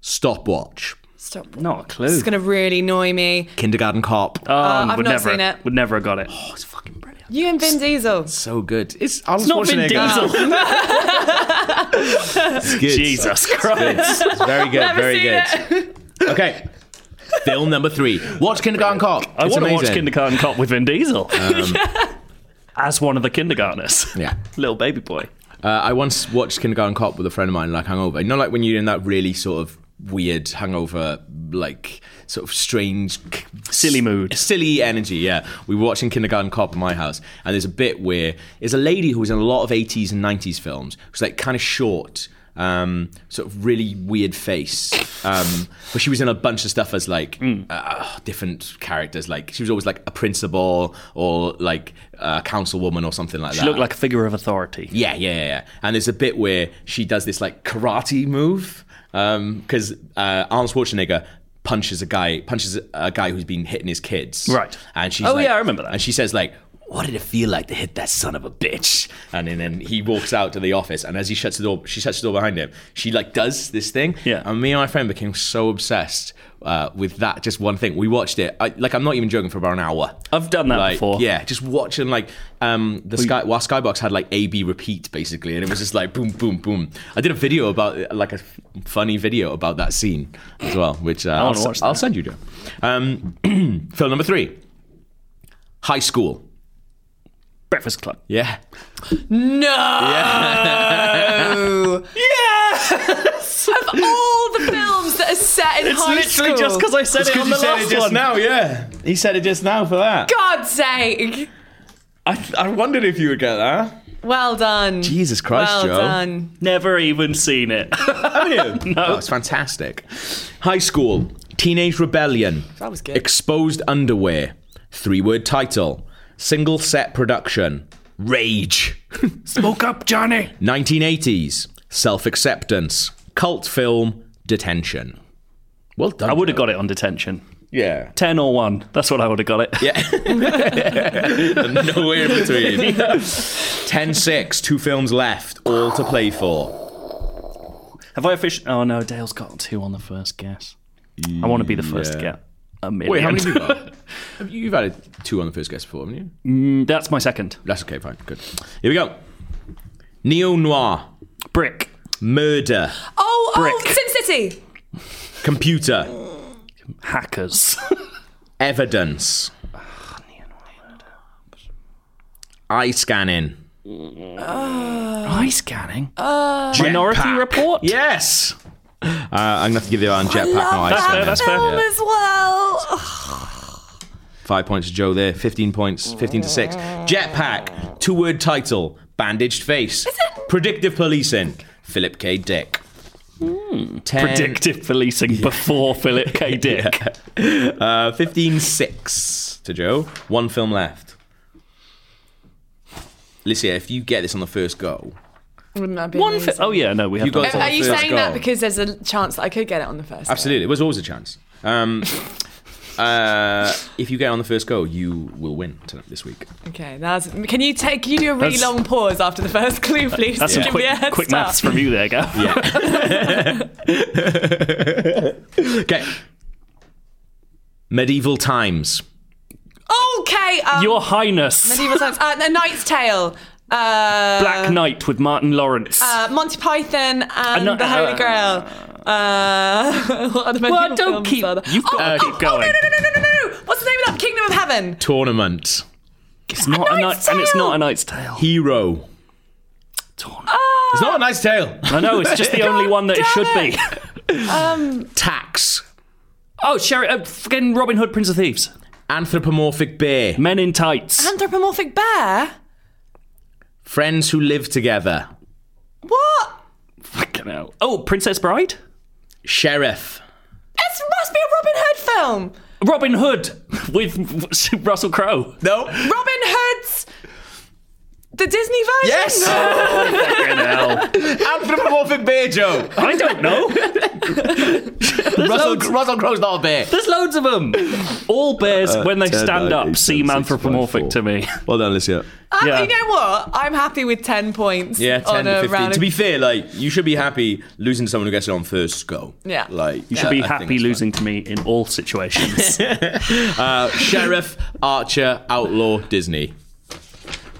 Stopwatch.
it. Stop.
Not a clue.
It's going to really annoy me.
Kindergarten cop.
Oh,
I've
would
not
never,
seen it.
Would never have got it.
it's fucking brilliant.
You and Vin Diesel.
So good. It's, I was
not Vin Diesel.
Jesus.
Jesus Christ.
It's very good. very
seen
good. okay. Film number three. Watch Kindergarten Cop.
I
It's
want to watch
amazing. Um,
Kindergarten Cop with Vin Diesel. As one of the kindergartners.
Yeah.
Little baby boy.
Uh, I once watched Kindergarten Cop with a friend of mine, like hungover. You know, like when you're in that really sort of weird hangover, like sort of strange, k-
Silly mood.
silly energy. Yeah, we were watching Kindergarten Cop at my house, and there's a bit where there's a lady who was in a lot of 80s and 90s films, who's like kind of short. Um, sort of really weird face, um, but she was in a bunch of stuff as like
Mm.
uh, different characters. Like she was always like a principal or like a councilwoman or something like
She
that.
looked like a figure of authority.
Yeah, yeah, yeah, yeah. And there's a bit where she does this like karate move because uh, Arnold Schwarzenegger punches a guy, punches a guy who's been hitting his kids.
Right.
And she's
Oh,
like-
yeah, I remember that.
And she says like. What did it feel like to hit that son of a bitch? And then, then he walks out to the office, and as he shuts the door, she shuts the door behind him. She like does this thing,
Yeah.
And me and my friend became so obsessed uh, with that just one thing. We watched it, I, like I'm not even joking, for about an hour.
I've done that
Like,
before.
Yeah, just watching like um the sky while Skybox had like A B repeat basically, and it was just like boom boom boom. I did a video about like a f- funny video about that scene as well, which uh, I'll,
wanna
s-
watch
I'll
that.
send you. Joe. Um, film number three, high school.
Breakfast Club.
Yeah,
No. yes. Of all the films that are set in
It's
high
literally
school.
just because I said it on the last one.
now. Yeah, he said it just now for that.
God's sake.
I, I wondered if you would get that.
Well done.
Jesus Christ,
well
Joe.
done.
Never even seen it.
Haven't you? no, Oh, it's fantastic. High school, teenage rebellion.
That was good.
Exposed Underwear. Three word title. Single set production. Rage.
Smoke up, Johnny.
1980s. Self acceptance. Cult film. Detention. Well done.
I would have got it on detention.
Yeah.
10 or 1. That's what I would have got it.
Yeah. Nowhere in between. 10 6. Two films left. All to play for.
Have I officially. Oh no, Dale's got two on the first guess. I want to be the first to get a million.
Wait, how many have you got? You've added two on the first guess before, haven't you?
Mm, That's my second.
That's okay, fine, good. Here we go. Neo noir,
Brick.
murder,
Oh, oh,
Brick.
Sin City.
computer,
Hackers.
evidence, eye scanning.
Eye scanning. Uh, Minority
Jetpack.
Report.
Yes. Uh, I'm gonna have to give the on jetpack now. eye
That's fair.
scanning.
That's fair.
Film as well. Ugh,
Five points to Joe there. Fifteen points. Fifteen to six. Jetpack. Two-word title. Bandaged face. Predictive policing. Philip K. Dick. Ten,
Predictive policing before Philip K. Dick.
Uh, 15-6 to Joe. One film left. Licia, if you get this on the first go,
Wouldn't that be
One. Fi-
amazing?
oh yeah, no, we have
You got
that.
some-
Are you
First
saying
goal.
that because there's a chance that I could get it on the first?
absolutely, there's always a chance. Um, uh, if you get on the first go, you will win tonight this week.
Okay, that's. Can you take? Can you do a really
That's-
long pause after the first clue, please?
That's
to
some
give me a head
quick, quick
start?
maths from you there, Gav. Yeah.
Okay. Medieval times.
Okay. Um,
Your Highness.
medieval times. Uh, the Knight's Tale. Uh,
Black Knight with Martin Lawrence.
uh, Monty Python and
no-
the Holy
uh,
Grail. Uh, what are the medieval
well, don't
films
keep.
are there?
You've
oh,
got to
oh,
keep
oh, no,
going.
no, no, no, no, no, no! What's the name of that? Kingdom of Heaven.
Tournament.
It's not a
Knight's
night, and it's
Tale.
not a Knight's Tale.
Hero. It's not a nice tale.
I know it's just the only one that it should be.
Tax.
Oh, Sherry, uh, fucking Robin Hood, Prince of Thieves,
Anthropomorphic bear.
Men in Tights.
Anthropomorphic bear.
Friends who live together.
What?
Fucking hell. Oh, Princess Bride.
Sheriff.
It must be a Robin Hood film.
Robin Hood with Russell Crowe.
No.
Robin Hood's. The Disney version.
Yes.
Fucking hell.
Anthropomorphic bear, Joe.
I don't know.
Russell, Russell Crowe's not a bear.
There's loads of them. All bears, when they
10,
stand
nine,
up,
eight,
seem
Uh, seven, six,
anthropomorphic
five,
to me.
Well done, Alicia.
I-
Yeah.
You know what? I'm happy with ten points.
Yeah, ten
on a
to fifteen.
round of-
To be fair, like you should be happy losing to someone who gets it on first go.
Yeah.
Like that-
You should
Be
I think
happy
it's fine.
losing to me in all situations.
Sheriff, Archer, Outlaw, Disney.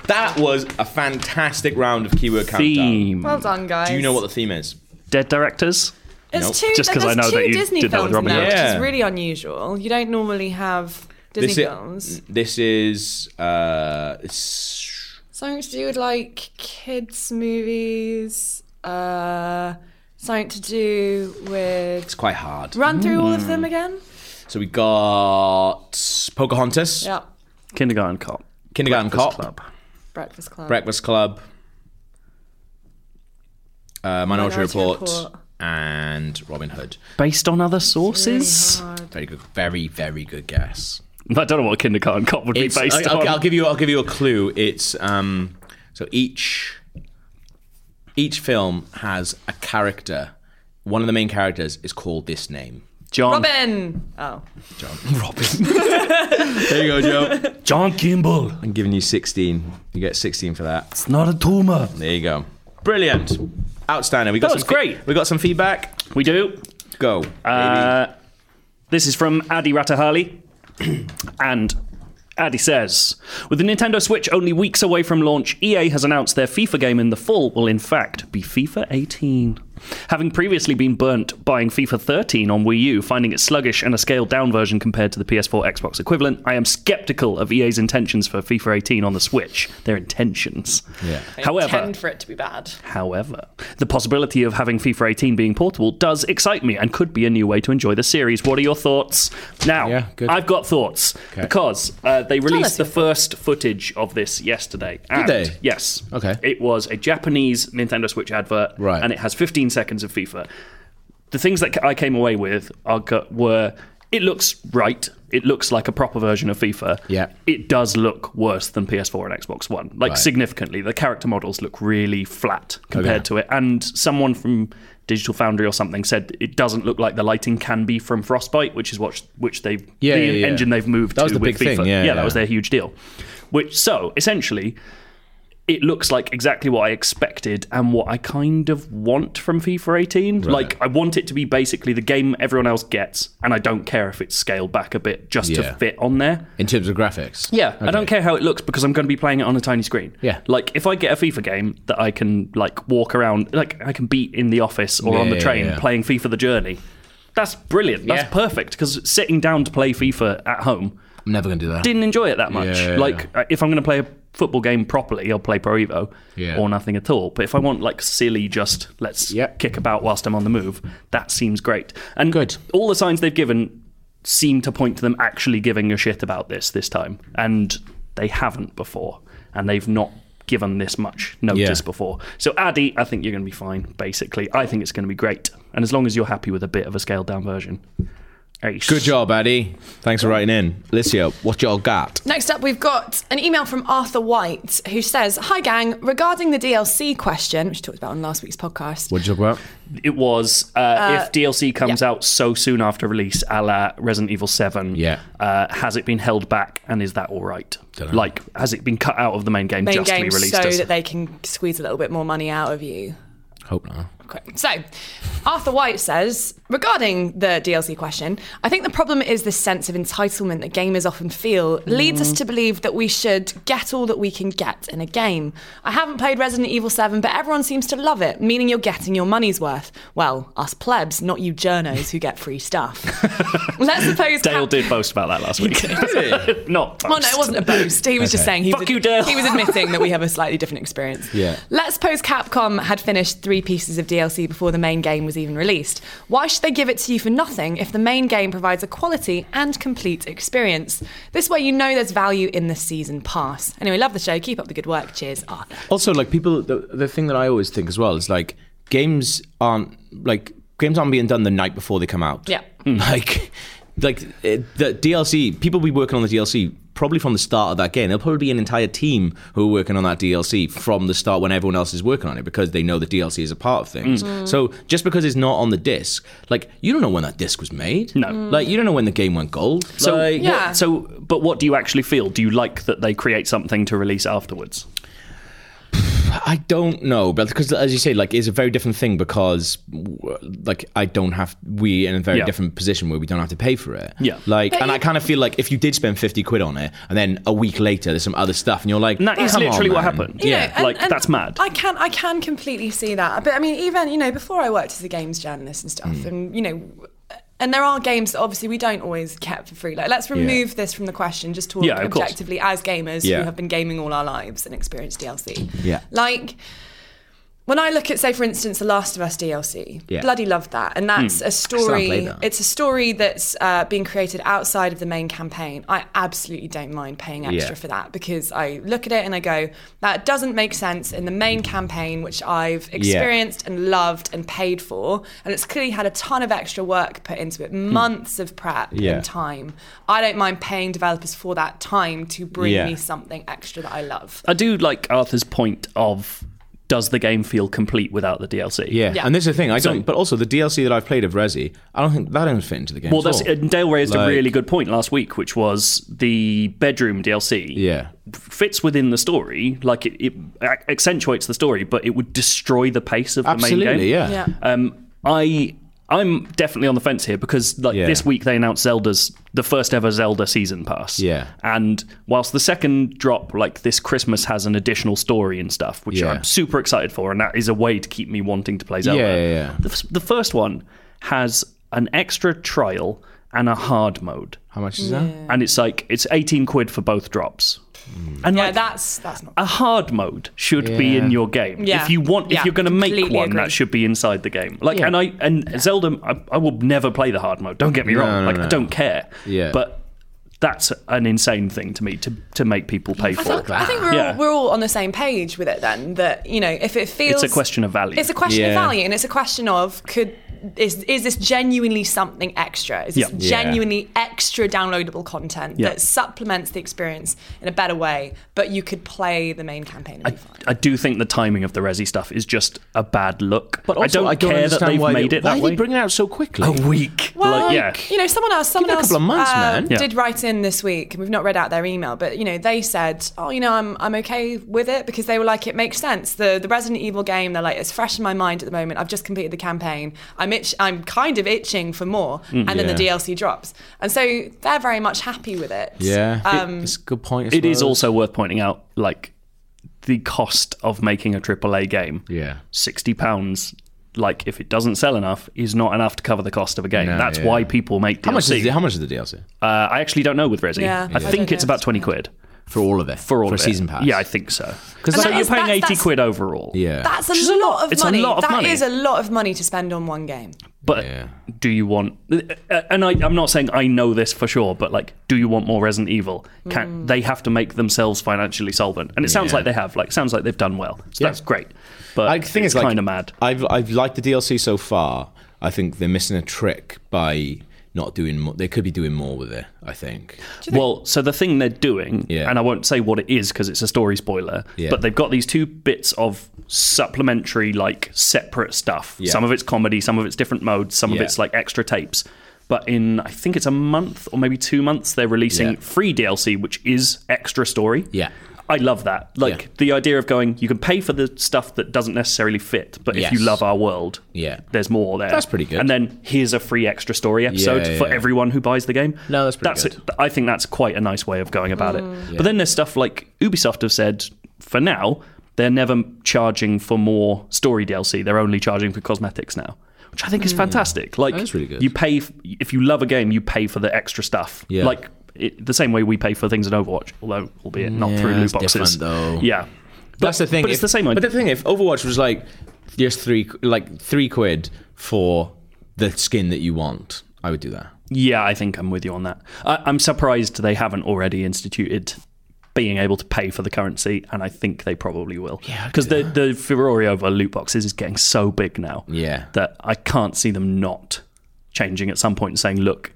That was a fantastic round of keyword countdown.
Theme.
well done, guys.
Do you know what the theme is?
Dead directors.
It's
Nope.
two.
Just 'cause
there's
I know
two
that you
Disney
did that
films
with Robin
now,
Hood.
which
Yeah.
is really unusual. You don't normally have Disney
This
films.
is, this is uh, it's
Something to do with like kids' movies. Uh, something to do with.
it's quite hard.
Run through all of
Mm.
them again.
So we got Pocahontas,
Yeah.
Kindergarten Cop.
Kindergarten Cop,
Club.
Breakfast Club.
Breakfast Club, uh, Minority,
Minority
Report,
Report.
and Robin Hood.
Based on other sources?
Very good, very very good guess.
I don't know what Kindergarten Cop would
It's,
be based
I,
on.
will I'll give you. I'll give you a clue. It's um, so each each film has a character. One of the main characters is called this name.
John.
Robin. Oh.
John Robin. there you go, Joe.
John Kimball.
I'm giving you 16. You get 16 for that.
It's not a tumor.
There you go. Brilliant. Outstanding. We got
That
some
was
fe-
great.
we got some feedback.
We do.
Go.
Uh, this is from Addy Ratahali. and Addy says With the Nintendo Switch only weeks away from launch, EA has announced their FIFA game in the fall will, in fact, be FIFA 18. Having previously been burnt buying FIFA 13 on Wii U, finding it sluggish and a scaled down version compared to the PS4 Xbox equivalent, I am skeptical of EA's intentions for FIFA 18 on the Switch. Their intentions.
Yeah.
Tend
However,
for it to be bad.
However, the possibility of having FIFA 18 being portable does excite me and could be a new way to enjoy the series. What are your thoughts? Now,
Yeah, good.
I've got thoughts because uh, they
us
released the
your
first footage of this yesterday. Did
they?
Yes.
Okay.
It was a Japanese Nintendo Switch advert,
Right.
and it has 15 seconds of FIFA. The things that I came away with are, go- were it looks right. It looks like a proper version of FIFA.
Yeah.
It does look worse than PS4 and Xbox One.
Right.
Like,
Oh,
significantly. The character models look really flat compared
Okay.
to it. And someone from Digital Foundry or something said it doesn't look like the lighting can be from Frostbite, which is what which they've
Yeah,
the
yeah, yeah.
engine they've moved
That
to
was the
with
big
FIFA.
thing, yeah,
that
yeah.
was their huge deal. Which so essentially it looks like exactly what I expected and what I kind of want from FIFA 18. Like I want it to be basically the game everyone else gets, and I don't care if it's scaled back a bit just
Yeah.
to fit on there.
in terms of graphics.
Yeah, I
Okay.
don't care how it looks because I'm going to be playing it on a tiny screen.
Yeah.
like if I get a FIFA game that I can like walk around, like I can beat in the office or on
Yeah,
the
yeah,
train
yeah.
playing FIFA the Journey. That's brilliant. That's
Yeah.
perfect because sitting down to play FIFA at home
I'm never gonna do that.
didn't enjoy it that much.
Yeah.
Like uh, if I'm going to play a football game properly, I'll play Pro Evo
Yeah.
or nothing at all. But if I want like silly, just let's
Yep.
kick about whilst I'm on the move, that seems great. And
Good.
all the signs they've given seem to point to them actually giving a shit about this this time, and they haven't before, and they've not given this much notice
Yeah.
before. So Addy, I think you're going to be fine. Basically, I think it's going to be great, and as long as you're happy with a bit of a scaled down version. Ace.
Good job, Addy. Thanks for writing in. Licio, what y'all got?
Next up, we've got an email from Arthur White who says, Hi, gang, regarding the DLC question, which we talked about on last week's podcast.
What you talk about?
It was uh, if DLC comes out so soon after release, a la Resident Evil Seven.
Yeah.
uh, has it been held back, and is that all right?
Dunno.
Like, has it been cut out of the main game
main
just to be
game
released
so
as?
that they can squeeze a little bit more money out of you.
Hope not.
Quick. So, Arthur White says regarding the DLC question, I think the problem is this sense of entitlement that gamers often feel leads us to believe that we should get all that we can get in a game. I haven't played Resident Evil 7, but everyone seems to love it, meaning you're getting your money's worth. Well, us plebs, not you journos who get free stuff. Let's suppose
Dale did boast about that last week. Not.
Well, Oh, no, it
boast.
wasn't a boast. He was just saying he was,
Fuck you, Dale.
he was admitting that we have a slightly different experience.
Yeah.
Let's suppose Capcom had finished three pieces of DLC before the main game was even released. Why should they give it to you for nothing if the main game provides a quality and complete experience? This way, you know there's value in the season pass. Anyway, love the show. Keep up the good work. Cheers, Arthur.
Also, like people, the, the thing that I always think as well is like games aren't like games aren't being done the night before they come out.
Yeah.
Like, like it, the DLC people will be working on the DLC probably from the start of that game. There'll probably be an entire team who are working on that DLC from the start when everyone else is working on it because they know the DLC is a part of things. So just because it's not on the disc, like you don't know when that disc was made. No. Like you don't know when the game went gold.
So,
Like-
what-
Yeah.
so, but what do you actually feel? Do you like that they create something to release afterwards?
I don't know, but because as you say, like it's a very different thing because w- like I don't have we in a very
Yeah.
different position where we don't have to pay for it.
Yeah.
Like,
But
and
you-
I kind of feel like if you did spend fifty quid on it, and then a week later there's some other stuff, and you're like,
And that is
"Come on,
literally
man."
what happened.
You
Yeah.
know, and-
like
and
that's mad.
I can I can completely see that. But I mean, even you know, before I worked as a games journalist and stuff, and you know. And there are games that obviously we don't always get for free. Like, let's remove this from the question, just talk
Yeah, of course.
objectively as gamers
Yeah.
who have been gaming all our lives and experienced DLC.
Yeah.
Like, when I look at, say, for instance, The Last of Us DLC,
Yeah.
bloody love that. And that's a story.
played that.
It's a story that's uh, being created outside of the main campaign. I absolutely don't mind paying extra for that because I look at it and I go, that doesn't make sense in the main campaign, which I've experienced and loved and paid for. And it's clearly had a ton of extra work put into it, months of prep
Hmm. Yeah.
and time. I don't mind paying developers for that time to bring
Yeah.
me something extra that I love.
I do like Arthur's point of does the game feel complete without the DLC?
Yeah.
Yeah.
and this is the thing. I
So-
don't. but also the DLC that I've played of Resi, I don't think that doesn't fit into the game.
Well,
at
that's
all.
and Dale raised a
Like-
really good point last week, which was the bedroom DLC.
Yeah.
fits within the story, like it, it ac- accentuates the story, but it would destroy the pace of the main game.
Absolutely. Yeah.
Yeah.
Um, I I'm definitely on the fence here because like
Yeah.
this week they announced Zelda's the first ever Zelda season pass.
Yeah.
And whilst the second drop like this Christmas has an additional story and stuff, which
Yeah.
I'm super excited for, and that is a way to keep me wanting to play Zelda.
Yeah, yeah, yeah.
The, f- the first one has an extra trial and a hard mode.
How much is that?
And it's like it's 18 quid for both drops. And
Yeah,
like
that's that's not.
a hard mode should be
Yeah.
in your game.
Yeah.
If you want,
Yeah,
if you're going to make
completely
one,
agree.
that should be inside the game. Like,
Yeah.
and I and Zelda, I, I will never play the hard mode. Don't get me wrong.
no,
like,
no.
I don't care.
Yeah.
But that's an insane thing to me to to make people pay for.
I think, I think we're,
Yeah.
all, we're all on the same page with it then that you know if it feels
It's a question of value.
it's a question
Yeah.
of value and it's a question of could is is this genuinely something extra? Is this
Yeah.
Yeah.
genuinely extra downloadable content
Yeah.
that supplements the experience in a better way, but you could play the main campaign and
I,
be fine?
I do think the timing of the Resi stuff is just a bad look.
But also,
I don't, care that
understand
they've
why
made
they,
it
why
that
are
way.
they bringing it out so quickly?
Oh,
a week.
Well,
like, yeah.
Um, you know, someone else, someone
it a
else
couple of months,
uh,
man.
Yeah.
did write in this week. We've not read out their email, but you know, they said, "Oh, you know, I'm I'm okay with it because they were like, it makes sense. The the Resident Evil game, they're like, it's fresh in my mind at the moment. I've just completed the campaign. I'm itch- I'm kind of itching for more,
Mm,
and then the
Yeah.
DLC drops, and so they're very much happy with it.
Yeah,
Um,
it's a good point. I
It is
suppose.
also worth pointing out, like, the cost of making a AAA game.
Yeah.
sixty pounds. Like, if it doesn't sell enough, is not enough to cover the cost of a game.
No,
That's
yeah.
why people make DLC.
How much, is the, how much is the DLC
uh, I actually don't know with Resi.
Yeah,
I
I
think
don't
it's
know.
about twenty quid
for all of it?
for all
for
of
a
it.
season pass?
Yeah, I think so.
Because
And
So
that
you're
is-
paying
that's-
eighty
that's-
quid overall.
yeah,
That's
Which is
a
a
lot
lot.
of
It's a
money.
lot of
That
money.
is a lot of money to spend on one game.
But
Yeah.
do you want? uh, And I, I'm not saying I know this for sure, but like, do you want more Resident Evil?
Mm.
Can they have to make themselves financially solvent? And it sounds
Yeah.
like they have. Like, sounds like they've done well. So
Yeah.
that's great. But
I think it's,
kind
like,
of mad.
I've I've liked the DLC so far. I think they're missing a trick by not doing. More. They could be doing more with it. I think.
Well, so the thing they're doing,
Yeah.
and I won't say what it is because it's a story spoiler,
Yeah.
but they've got these two bits of supplementary, like separate stuff.
Yeah.
Some of it's comedy, some of it's different modes, some of
Yeah.
it's like extra tapes. But in, I think it's a month or maybe two months, they're releasing
Yeah.
free DLC, which is extra story.
Yeah.
I love that. Like
Yeah.
the idea of going, you can pay for the stuff that doesn't necessarily fit, but if you
Yes.
love our world,
Yeah.
there's more there.
That's pretty good.
And then here's a free extra story episode
yeah,
for
yeah.
everyone who buys the game.
No, that's pretty
that's
good.
It. I think that's quite a nice way of going about
Mm.
it. But then there's stuff like Ubisoft have said for now they're never charging for more story DLC. They're only charging for cosmetics now, which I think is fantastic. Like
Mm. That is really good.
you pay f- if you love a game, you pay for the extra stuff.
Yeah.
Like it, the same way we pay for things in Overwatch, although albeit not
Yeah,
through loot
it's
boxes.
different, though.
Yeah.
That's the thing.
But
if-
it's the same
But
idea.
the thing, if Overwatch was like just three, like three quid for the skin that you want, I would do that.
Yeah, I think I'm with you on that. I, I'm surprised they haven't already instituted being able to pay for the currency, and I think they probably will. Yeah, because the the furore over loot boxes is getting so big now.
Yeah.
that I can't see them not changing at some point and saying, "Look,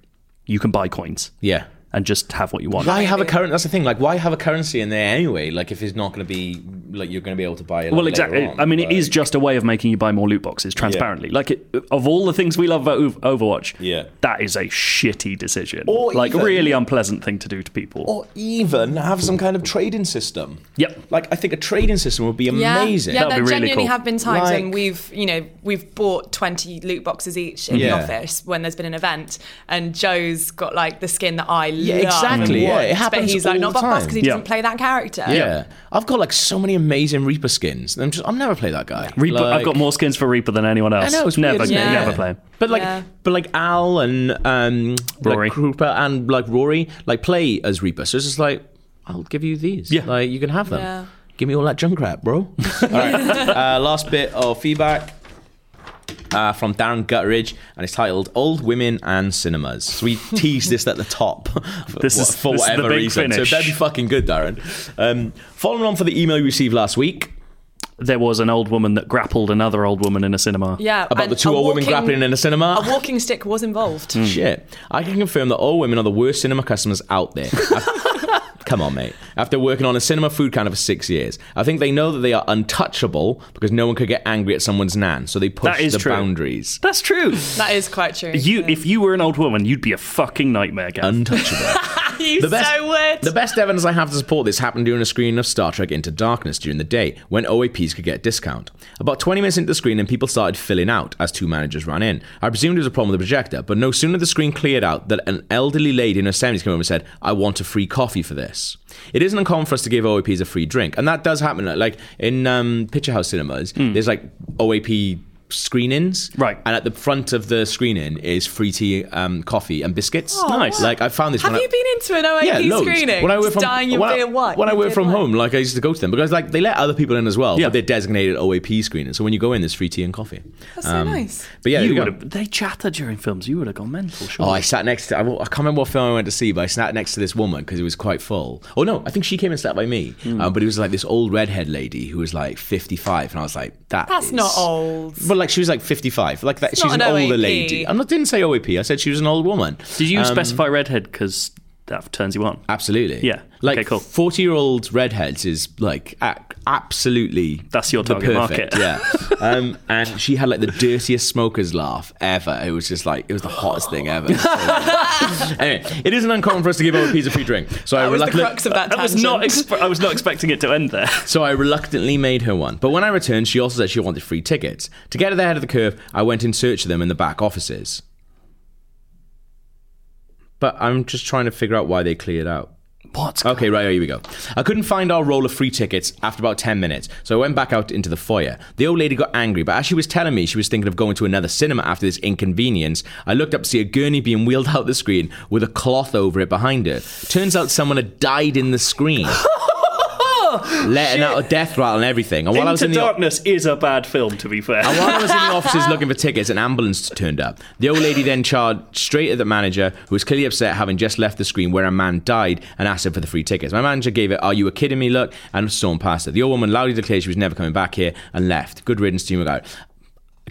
you can buy coins
Yeah.
and just have what you want."
Why have a current? That's the thing. Like, why have a currency in there anyway? Like, if it's not going to be like you're going to be able to buy it.
Well, exactly. I mean, it is just a way of making you buy more loot boxes transparently. Like, it, of all the things we love about Ov- Overwatch,
Yeah.
that is a shitty decision.
Or
like,
even-
really unpleasant thing to do to people.
Or even have some kind of trading system.
Yep.
Like, I think a trading system would be amazing.
Yeah,
That'd
there
be really
genuinely
cool.
have been times when
Like-
we've, you know, we've bought 20 loot boxes each in
Yeah.
the office when there's been an event and Joe's got like the skin that I
Yeah,
love.
exactly,
and
yeah.
want,
It happens
But he's
all
like, not
the
Bob
time.
because he
Yeah.
doesn't play that character.
Yeah. I've got like so many amazing Reaper skins. and I'm just, I've never played that guy.
Reaper, I've
Like-
got more skins for Reaper than anyone
I
else.
know it's
never,
weird, isn't it?
never
Yeah.
play. him.
But like,
Yeah.
but like Al and um,
Rory.
like Krupa and like Rory, like play as Reaper. So it's just like, I'll give you these.
Yeah.
like you can have them.
Yeah.
Give me all that junk crap, bro. all right. Uh, last bit of feedback. Uh, from Darren Gutteridge, and it's titled "Old Women and Cinemas." So we teased this at the top. For,
This is- this is the big finish.
so that'd be fucking good, Darren. Um, following on for the email you received last week,
There was an old woman that grappled another old woman in a cinema.
Yeah.
About
and
the two
a
old women
walking-
grappling in a cinema. Mm.
A walking stick was involved.
Shit. I can confirm that all women are the worst cinema customers out there. Come on, mate. After working on a cinema food counter for six years, I think they know that they are untouchable because no one could get angry at someone's nan, so they push
That is
the
true.
boundaries.
That's true.
That is quite true.
You, if you were an old woman, you'd be a fucking nightmare, Gav.
Untouchable.
You
The best,
so would.
the best evidence I have to support this happened during a screening of Star Trek Into Darkness during the day, when OAPs could get discount. About 20 minutes into the screening, people started filling out as two managers ran in. I presumed it was a problem with the projector, but no sooner the screen cleared out than an elderly lady in her 70s came over and said, I want a free coffee for this. It isn't uncommon for us to give OAPs a free drink, and that does happen. Like in um, Picture House cinemas,
Hmm.
there's like OAP screenings
Right.
and at the front of the screening is free tea um, coffee and biscuits
Nice.
like i found this
Oh, Have
when I-
you been into an OAP
loads.
screening?
When I work
Just
from
dying of
when I-
beer what?
when I
Your
work
beer
from
what?
home, like I used to go to them because like they let other people in as well,
Yeah.
but they're designated OAP screeners, so when you go in, there's free tea and coffee.
That's
um,
so nice.
But yeah, there
you
you
would
go.
have, they chatter during films. You would have gone mental, sure.
Oh, I sat next to, I, w- I can't remember what film I went to see, but I sat next to this woman because it was quite full. Oh, no, I think she came and sat by me.
Hmm.
Um, but it was like this old redhead lady who was like 55, and I was like, that
That's
is-
not old.
But like she was like 55. Like that,
It's
she's an,
not an
older
OAP.
lady. I'm not didn't say OAP. I said she was an old woman.
Did you
Um,
specify redhead because that turns you on?
Absolutely.
Yeah.
Like
Okay, cool.
40 year old redheads is like a- absolutely.
That's your
the
target
perfect,
market.
Yeah. um, and she had like the dirtiest smoker's laugh ever. It was just like, it was the hottest thing ever. anyway, it isn't uncommon for us to give OAPs a free drink. So I
That was the
reluctantly.
crux of that
I was
tangent.
not. Expe- I was not expecting it to end there.
So I reluctantly made her one. But when I returned, she also said she wanted free tickets. To get her ahead of the curve, I went in search of them in the back offices. But I'm just trying to figure out why they cleared out.
What?
Okay, right, here we go. I couldn't find our roll of free tickets after about 10 minutes, so I went back out into the foyer. The old lady got angry, but as she was telling me she was thinking of going to another cinema after this inconvenience, I looked up to see a gurney being wheeled out the screen with a cloth over it behind her. Turns out someone had died in the screen. Letting out a death rattle and everything. And while I was
Into
in the
Darkness is a bad film, to be fair.
and while I was in the offices looking for tickets, an ambulance turned up. The old lady then charged straight at the manager, who was clearly upset having just left the screen where a man died, and asked him for the free tickets. My manager gave it, "Are you a kidding me?" look, and stormed past her. The old woman loudly declared she was never coming back here and left. Good riddance to you, McGuire.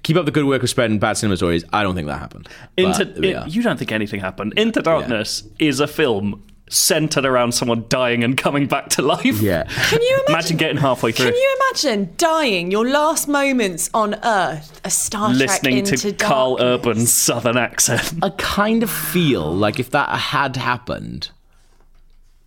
Keep up the good work of spreading bad cinema stories. I don't think that happened. But
Into
there we
in-
are.
you don't think anything happened. Into Darkness is a film centered around someone dying and coming back to life.
yeah.
Can you imagine?
Imagine getting halfway through.
Can you imagine dying your last moments on Earth? A Star
Listening
Trek
to
into
Carl
darkness.
Urban's southern accent.
I kind of feel like if that had happened,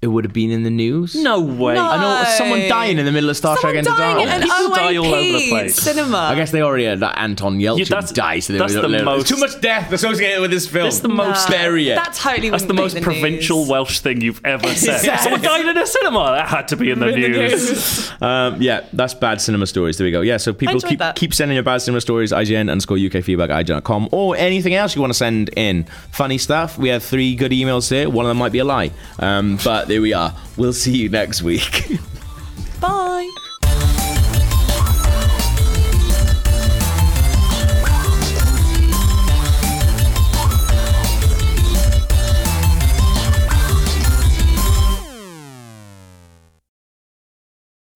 it would have been in the news.
No way.
I know someone
No.
dying in the middle of Star
Someone
Trek Into
dying
Darkness.
at an
People die all over the
OAP
place.
cinema.
I guess they already had that Anton
Yeah,
Yelchin
that's-
die, so they
that's
were-
the
there's
most-
too much death associated with this film.
That's the most-
bury it.
That totally
That's the
wouldn't
most
make
provincial
news.
Welsh thing you've ever said.
Exactly.
Someone died in a cinema. That had to be in the, news.
um, yeah, that's bad cinema stories. There we go. Yeah, so people
enjoyed
keep
that.
keep sending your bad cinema stories. IGN underscore UK feedback at IGN.com or anything else you want to send in. Funny stuff. We had three good emails here. One of them might be a lie, um, but there we are. We'll see you next week.
Bye.